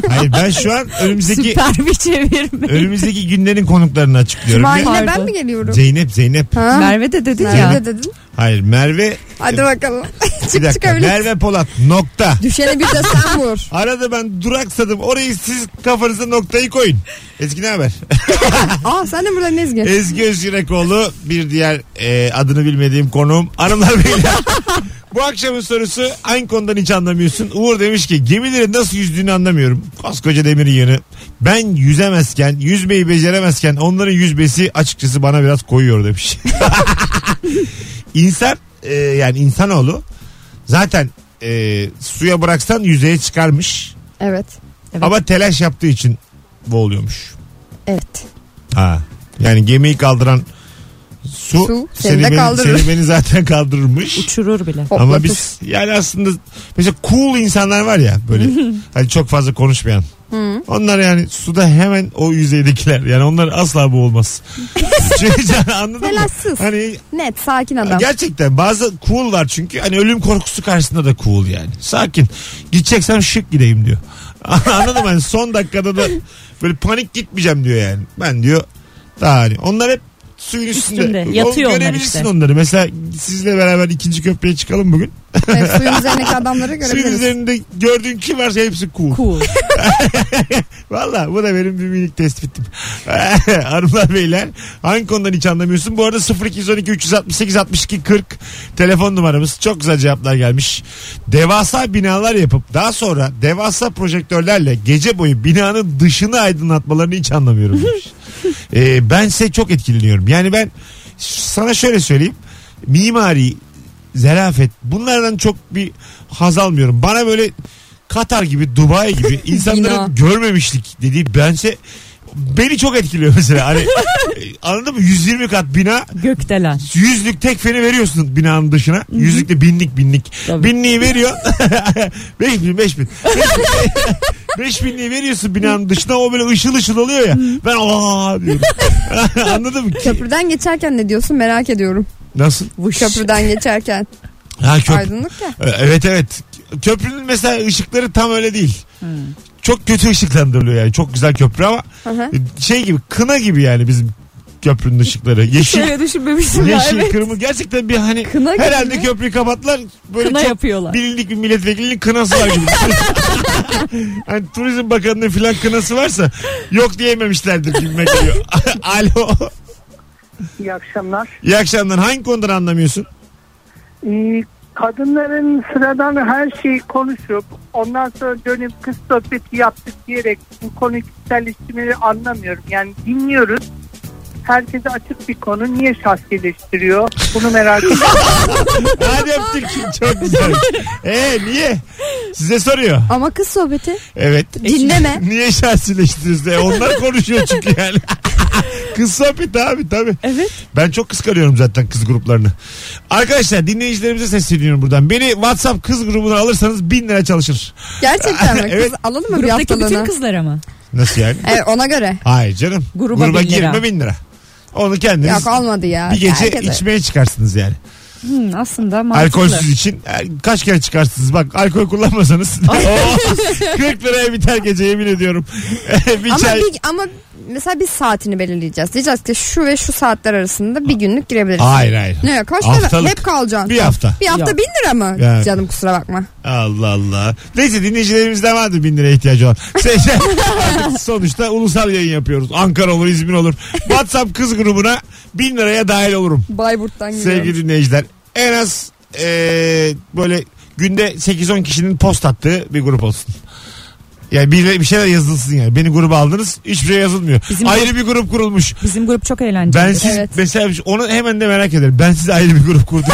[SPEAKER 2] Hayır ben şu an önümüzdeki
[SPEAKER 3] Süper bir çevirme.
[SPEAKER 2] önümüzdeki günlerin konuklarını açıklıyorum.
[SPEAKER 8] Cuma
[SPEAKER 2] Ya-
[SPEAKER 8] günü ben
[SPEAKER 3] Pardon.
[SPEAKER 8] mi geliyorum?
[SPEAKER 2] Zeynep Zeynep.
[SPEAKER 8] Ha?
[SPEAKER 3] Merve de dedin
[SPEAKER 8] Merve
[SPEAKER 3] ya.
[SPEAKER 8] de dedin.
[SPEAKER 2] Hayır Merve
[SPEAKER 8] Hadi bakalım. *laughs*
[SPEAKER 2] bir
[SPEAKER 8] Çık
[SPEAKER 2] dakika.
[SPEAKER 8] çıkabilir.
[SPEAKER 2] Merve Polat nokta.
[SPEAKER 8] Düşene bir de
[SPEAKER 2] *laughs*
[SPEAKER 8] sen vur.
[SPEAKER 2] Arada ben duraksadım. Orayı siz kafanıza noktayı koyun. Ezgi ne haber?
[SPEAKER 8] Aa sen de burada Ezgi.
[SPEAKER 2] Ezgi Özgürekoğlu bir diğer e, adını bilmediğim konuğum. Hanımlar beyler. Bu akşamın sorusu aynı konudan hiç anlamıyorsun. Uğur demiş ki gemilerin nasıl yüzdüğünü anlamıyorum. Koskoca demir yığını. Ben yüzemezken, yüzmeyi beceremezken onların yüzmesi açıkçası bana biraz koyuyor demiş. İnsan e, yani insanoğlu zaten e, suya bıraksan yüzeye çıkarmış.
[SPEAKER 8] Evet.
[SPEAKER 3] Evet.
[SPEAKER 2] Ama telaş yaptığı için boğuluyormuş.
[SPEAKER 8] Evet.
[SPEAKER 2] Ha. Yani gemiyi kaldıran su,
[SPEAKER 8] Su seni
[SPEAKER 2] seni,
[SPEAKER 8] de
[SPEAKER 2] beni,
[SPEAKER 8] kaldırır.
[SPEAKER 2] seni beni zaten kaldırırmış.
[SPEAKER 3] Uçurur bile.
[SPEAKER 2] Ama
[SPEAKER 8] Hoplatıp.
[SPEAKER 2] biz yani aslında mesela cool insanlar var ya
[SPEAKER 8] *laughs*
[SPEAKER 2] böyle hani çok fazla konuşmayan. Onlar yani suda hemen o yüzeydekiler. Yani onlar asla
[SPEAKER 8] *laughs*
[SPEAKER 2] boğulmaz. Çünkü yani anladın mı?
[SPEAKER 8] Telaşsız.
[SPEAKER 2] Hani
[SPEAKER 8] Net sakin adam.
[SPEAKER 2] gerçekten bazı cool var çünkü hani ölüm korkusu karşısında da cool yani. Sakin. Gideceksem şık gideyim diyor. *laughs* Anladın mı? Hani son dakikada da böyle panik gitmeyeceğim diyor yani. Ben diyor daha hani onlar hep suyun üstünde.
[SPEAKER 3] Üstünde.
[SPEAKER 2] O-
[SPEAKER 3] Yatıyor onlar
[SPEAKER 2] görebilirsin
[SPEAKER 3] işte.
[SPEAKER 2] onları. Mesela sizle beraber ikinci köprüye çıkalım bugün.
[SPEAKER 8] Evet, suyun üzerindeki adamları
[SPEAKER 2] Suyun
[SPEAKER 8] görebiliriz.
[SPEAKER 2] üzerinde gördüğün kim varsa hepsi cool.
[SPEAKER 3] Cool.
[SPEAKER 2] Valla bu da benim bir minik tespitim. *laughs* Hanımlar beyler hangi konudan hiç anlamıyorsun? Bu arada 0212 368 62 40 telefon numaramız. Çok güzel cevaplar gelmiş. Devasa binalar yapıp daha sonra devasa projektörlerle gece boyu binanın dışını aydınlatmalarını hiç anlamıyorum. demiş. ee, ben size çok etkileniyorum. Yani ben sana şöyle söyleyeyim. Mimari, zerafet bunlardan çok bir haz almıyorum. Bana böyle Katar gibi, Dubai gibi insanların
[SPEAKER 8] Bina.
[SPEAKER 2] görmemişlik dediği bense beni çok etkiliyor mesela. Hani e, anladın mı? 120 kat bina
[SPEAKER 3] Gökte *laughs* lan.
[SPEAKER 2] yüzlük tek feni veriyorsun binanın dışına. Yüzlük de binlik binlik.
[SPEAKER 3] Tabii.
[SPEAKER 2] Binliği veriyor. *laughs* 5000 *laughs* 5000. 5000'liği veriyorsun binanın dışına o böyle ışıl ışıl oluyor ya. Ben aa diyorum. *laughs* Anladın mı? Ki?
[SPEAKER 8] Köprüden geçerken ne diyorsun merak ediyorum.
[SPEAKER 2] Nasıl?
[SPEAKER 8] Köprüden geçerken.
[SPEAKER 2] Ha köprü.
[SPEAKER 8] Aydınlık ya.
[SPEAKER 2] Evet evet. Köprünün mesela ışıkları tam öyle değil.
[SPEAKER 8] Hmm.
[SPEAKER 2] Çok kötü ışıklandırılıyor yani. Çok güzel köprü ama
[SPEAKER 8] Hı hı.
[SPEAKER 2] şey gibi kına gibi yani bizim köprünün ışıkları. Yeşil
[SPEAKER 8] Şöyle düşünmemiştim ya.
[SPEAKER 2] Yeşil
[SPEAKER 8] şey evet.
[SPEAKER 2] kırmızı gerçekten bir hani
[SPEAKER 8] Kına gibi
[SPEAKER 2] herhalde
[SPEAKER 8] mi?
[SPEAKER 2] köprüyü kapattılar böyle
[SPEAKER 3] Kına
[SPEAKER 2] çok
[SPEAKER 3] yapıyorlar.
[SPEAKER 2] bilindik bir milletvekilinin kınası var
[SPEAKER 8] *laughs*
[SPEAKER 2] gibi. hani turizm bakanının filan kınası varsa yok diyememişlerdir gibi geliyor. *laughs* Alo.
[SPEAKER 7] İyi akşamlar.
[SPEAKER 2] İyi akşamlar. Hangi konudan anlamıyorsun?
[SPEAKER 7] Ee, kadınların sıradan her şeyi konuşup ondan sonra dönüp kız sohbeti yaptık diyerek bu konuyu kişiselleştirmeleri anlamıyorum. Yani dinliyoruz. Herkese açık bir konu. Niye şahsileştiriyor? Bunu merak ediyorum.
[SPEAKER 2] Hadi öptük. Çok güzel. Ee niye? Size soruyor.
[SPEAKER 8] Ama kız sohbeti
[SPEAKER 2] Evet.
[SPEAKER 8] E dinleme.
[SPEAKER 2] *laughs* Niye şahsileştiniz de? Onlar
[SPEAKER 8] *laughs*
[SPEAKER 2] konuşuyor çünkü yani. *laughs* Kız sohbeti abi tabii.
[SPEAKER 3] Evet.
[SPEAKER 2] Ben çok kıskanıyorum zaten kız gruplarını. Arkadaşlar dinleyicilerimize sesleniyorum buradan. Beni WhatsApp kız grubuna alırsanız bin lira çalışır.
[SPEAKER 8] Gerçekten mi? Kız
[SPEAKER 2] *laughs* Evet.
[SPEAKER 8] alalım mı bir
[SPEAKER 3] Gruptaki bütün
[SPEAKER 8] haftalığına?
[SPEAKER 3] kızlar ama.
[SPEAKER 2] Nasıl
[SPEAKER 8] *laughs*
[SPEAKER 2] yani?
[SPEAKER 8] Evet, ona göre.
[SPEAKER 2] Hayır canım. Gruba,
[SPEAKER 3] Gruba bin
[SPEAKER 2] girme
[SPEAKER 3] lira.
[SPEAKER 2] bin lira. Onu kendiniz
[SPEAKER 8] Yok olmadı ya.
[SPEAKER 2] bir gece
[SPEAKER 8] Herkese.
[SPEAKER 2] içmeye çıkarsınız yani.
[SPEAKER 3] Hı, Hmm, aslında mantıklı.
[SPEAKER 2] Alkolsüz için e, kaç kere çıkarsınız bak alkol
[SPEAKER 8] *laughs*
[SPEAKER 2] kullanmasanız. *laughs* Oo, 40 liraya biter gece yemin ediyorum. *laughs* bir
[SPEAKER 8] Ama,
[SPEAKER 2] çay.
[SPEAKER 8] bir, ama mesela bir saatini belirleyeceğiz. Diyeceğiz ki şu ve şu saatler arasında bir günlük girebiliriz.
[SPEAKER 2] Hayır hayır.
[SPEAKER 8] Ne yok hoş
[SPEAKER 2] Haftalık.
[SPEAKER 8] Hep kalacaksın.
[SPEAKER 2] Bir hafta.
[SPEAKER 8] Bir hafta
[SPEAKER 3] Yok.
[SPEAKER 8] bin lira mı?
[SPEAKER 2] Yani.
[SPEAKER 8] Canım kusura bakma.
[SPEAKER 2] Allah Allah. Neyse dinleyicilerimizden vardı bin liraya ihtiyacı
[SPEAKER 8] *laughs*
[SPEAKER 2] olan. Sen- sen- artık Sonuçta ulusal yayın yapıyoruz. Ankara olur, İzmir olur. WhatsApp kız grubuna bin liraya dahil olurum.
[SPEAKER 8] Bayburt'tan giriyorum.
[SPEAKER 2] Sevgili dinleyiciler. En az eee, böyle günde 8-10 kişinin post attığı bir grup olsun. Yani bir, bir şeyler yazılsın yani. Beni gruba aldınız. Hiçbir şey yazılmıyor.
[SPEAKER 3] Bizim-
[SPEAKER 2] ayrı bir grup kurulmuş.
[SPEAKER 3] Bizim grup çok eğlenceli.
[SPEAKER 2] Ben siz
[SPEAKER 8] Evet.
[SPEAKER 2] mesela şey- onu hemen de merak ederim. Ben siz ayrı bir grup
[SPEAKER 8] *laughs*
[SPEAKER 2] kurdum.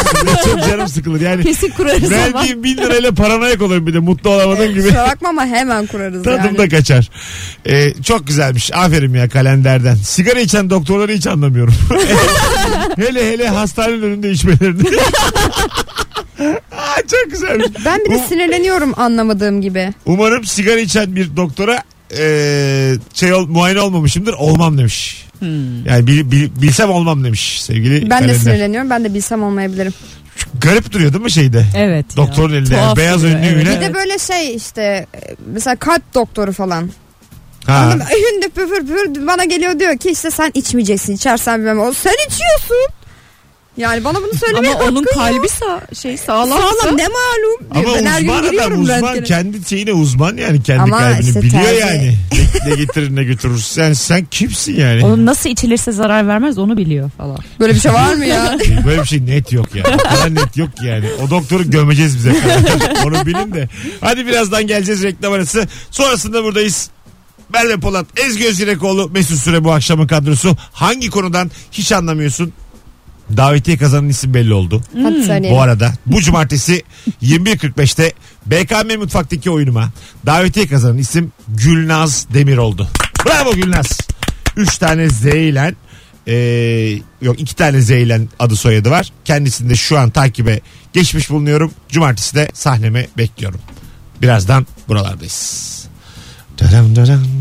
[SPEAKER 2] Çok canım sıkılır. Yani
[SPEAKER 3] Kesin kurarız ama.
[SPEAKER 2] Verdiğim bin lirayla paranoyak oluyorum bir de mutlu
[SPEAKER 8] *laughs*
[SPEAKER 2] olamadığım gibi.
[SPEAKER 8] Kusura bakma ama hemen kurarız
[SPEAKER 2] Tadım
[SPEAKER 8] yani.
[SPEAKER 2] da kaçar. Ee, çok güzelmiş. Aferin ya kalenderden. Sigara içen doktorları hiç anlamıyorum. *laughs* hele hele hastanenin önünde içmelerini. *laughs* Aa, çok güzelmiş.
[SPEAKER 8] Ben bir de
[SPEAKER 2] Um-
[SPEAKER 8] sinirleniyorum anlamadığım gibi.
[SPEAKER 2] umarım sigara içen bir doktora ee, şey ol, muayene olmamışımdır. Olmam demiş.
[SPEAKER 3] Hmm.
[SPEAKER 2] Yani bil- bil- bilsem olmam demiş sevgili
[SPEAKER 8] Ben de
[SPEAKER 2] kalender.
[SPEAKER 8] sinirleniyorum. Ben de bilsem olmayabilirim.
[SPEAKER 2] Garip duruyor değil mi şeyde?
[SPEAKER 3] Evet. ya.
[SPEAKER 2] Doktorun elinde
[SPEAKER 3] Tuhaf
[SPEAKER 2] yani beyaz
[SPEAKER 3] duruyor,
[SPEAKER 2] önlüğüyle.
[SPEAKER 8] Bir de böyle şey işte e, mesela kalp doktoru falan.
[SPEAKER 2] Ha.
[SPEAKER 8] Anladın mı? Hündür püfür püfür bana geliyor diyor ki işte sen içmeyeceksin. içersen bilmem. O, sen içiyorsun. Yani bana bunu söylemeye
[SPEAKER 3] Ama onun
[SPEAKER 8] hakkın yok.
[SPEAKER 3] kalbi sa- şey sağlamsa.
[SPEAKER 8] Sağlam ne malum.
[SPEAKER 2] Ama
[SPEAKER 8] ben her gün
[SPEAKER 2] uzman adam
[SPEAKER 8] giriyorum
[SPEAKER 2] uzman
[SPEAKER 8] röntgene.
[SPEAKER 2] kendi şeyine uzman yani kendi
[SPEAKER 8] Ama
[SPEAKER 2] kalbini
[SPEAKER 8] işte
[SPEAKER 2] biliyor
[SPEAKER 8] tercih.
[SPEAKER 2] yani. Ne, ne getirir ne götürür. Sen, sen kimsin yani?
[SPEAKER 3] Onun nasıl içilirse zarar vermez onu biliyor falan.
[SPEAKER 8] Böyle bir şey var
[SPEAKER 2] *laughs*
[SPEAKER 8] mı ya?
[SPEAKER 2] Böyle bir şey net yok yani. O kadar net yok ki yani. O doktoru gömeceğiz bize. Onu bilin de. Hadi birazdan geleceğiz reklam arası. Sonrasında buradayız. Merve Polat, Ezgi Özgirekoğlu, Mesut Süre bu akşamın kadrosu. Hangi konudan hiç anlamıyorsun? Davetiye kazanan isim belli oldu.
[SPEAKER 8] Hadi söyleyelim.
[SPEAKER 2] Hmm, Bu arada bu cumartesi *laughs* 21.45'te BKM Mutfak'taki oyunuma davetiye kazanan isim Gülnaz Demir oldu. Bravo Gülnaz. 3 tane Z ile e, yok 2 tane Z ile adı soyadı var. Kendisini de şu an takibe geçmiş bulunuyorum. Cumartesi de sahneme bekliyorum. Birazdan buralardayız. Dırım dırım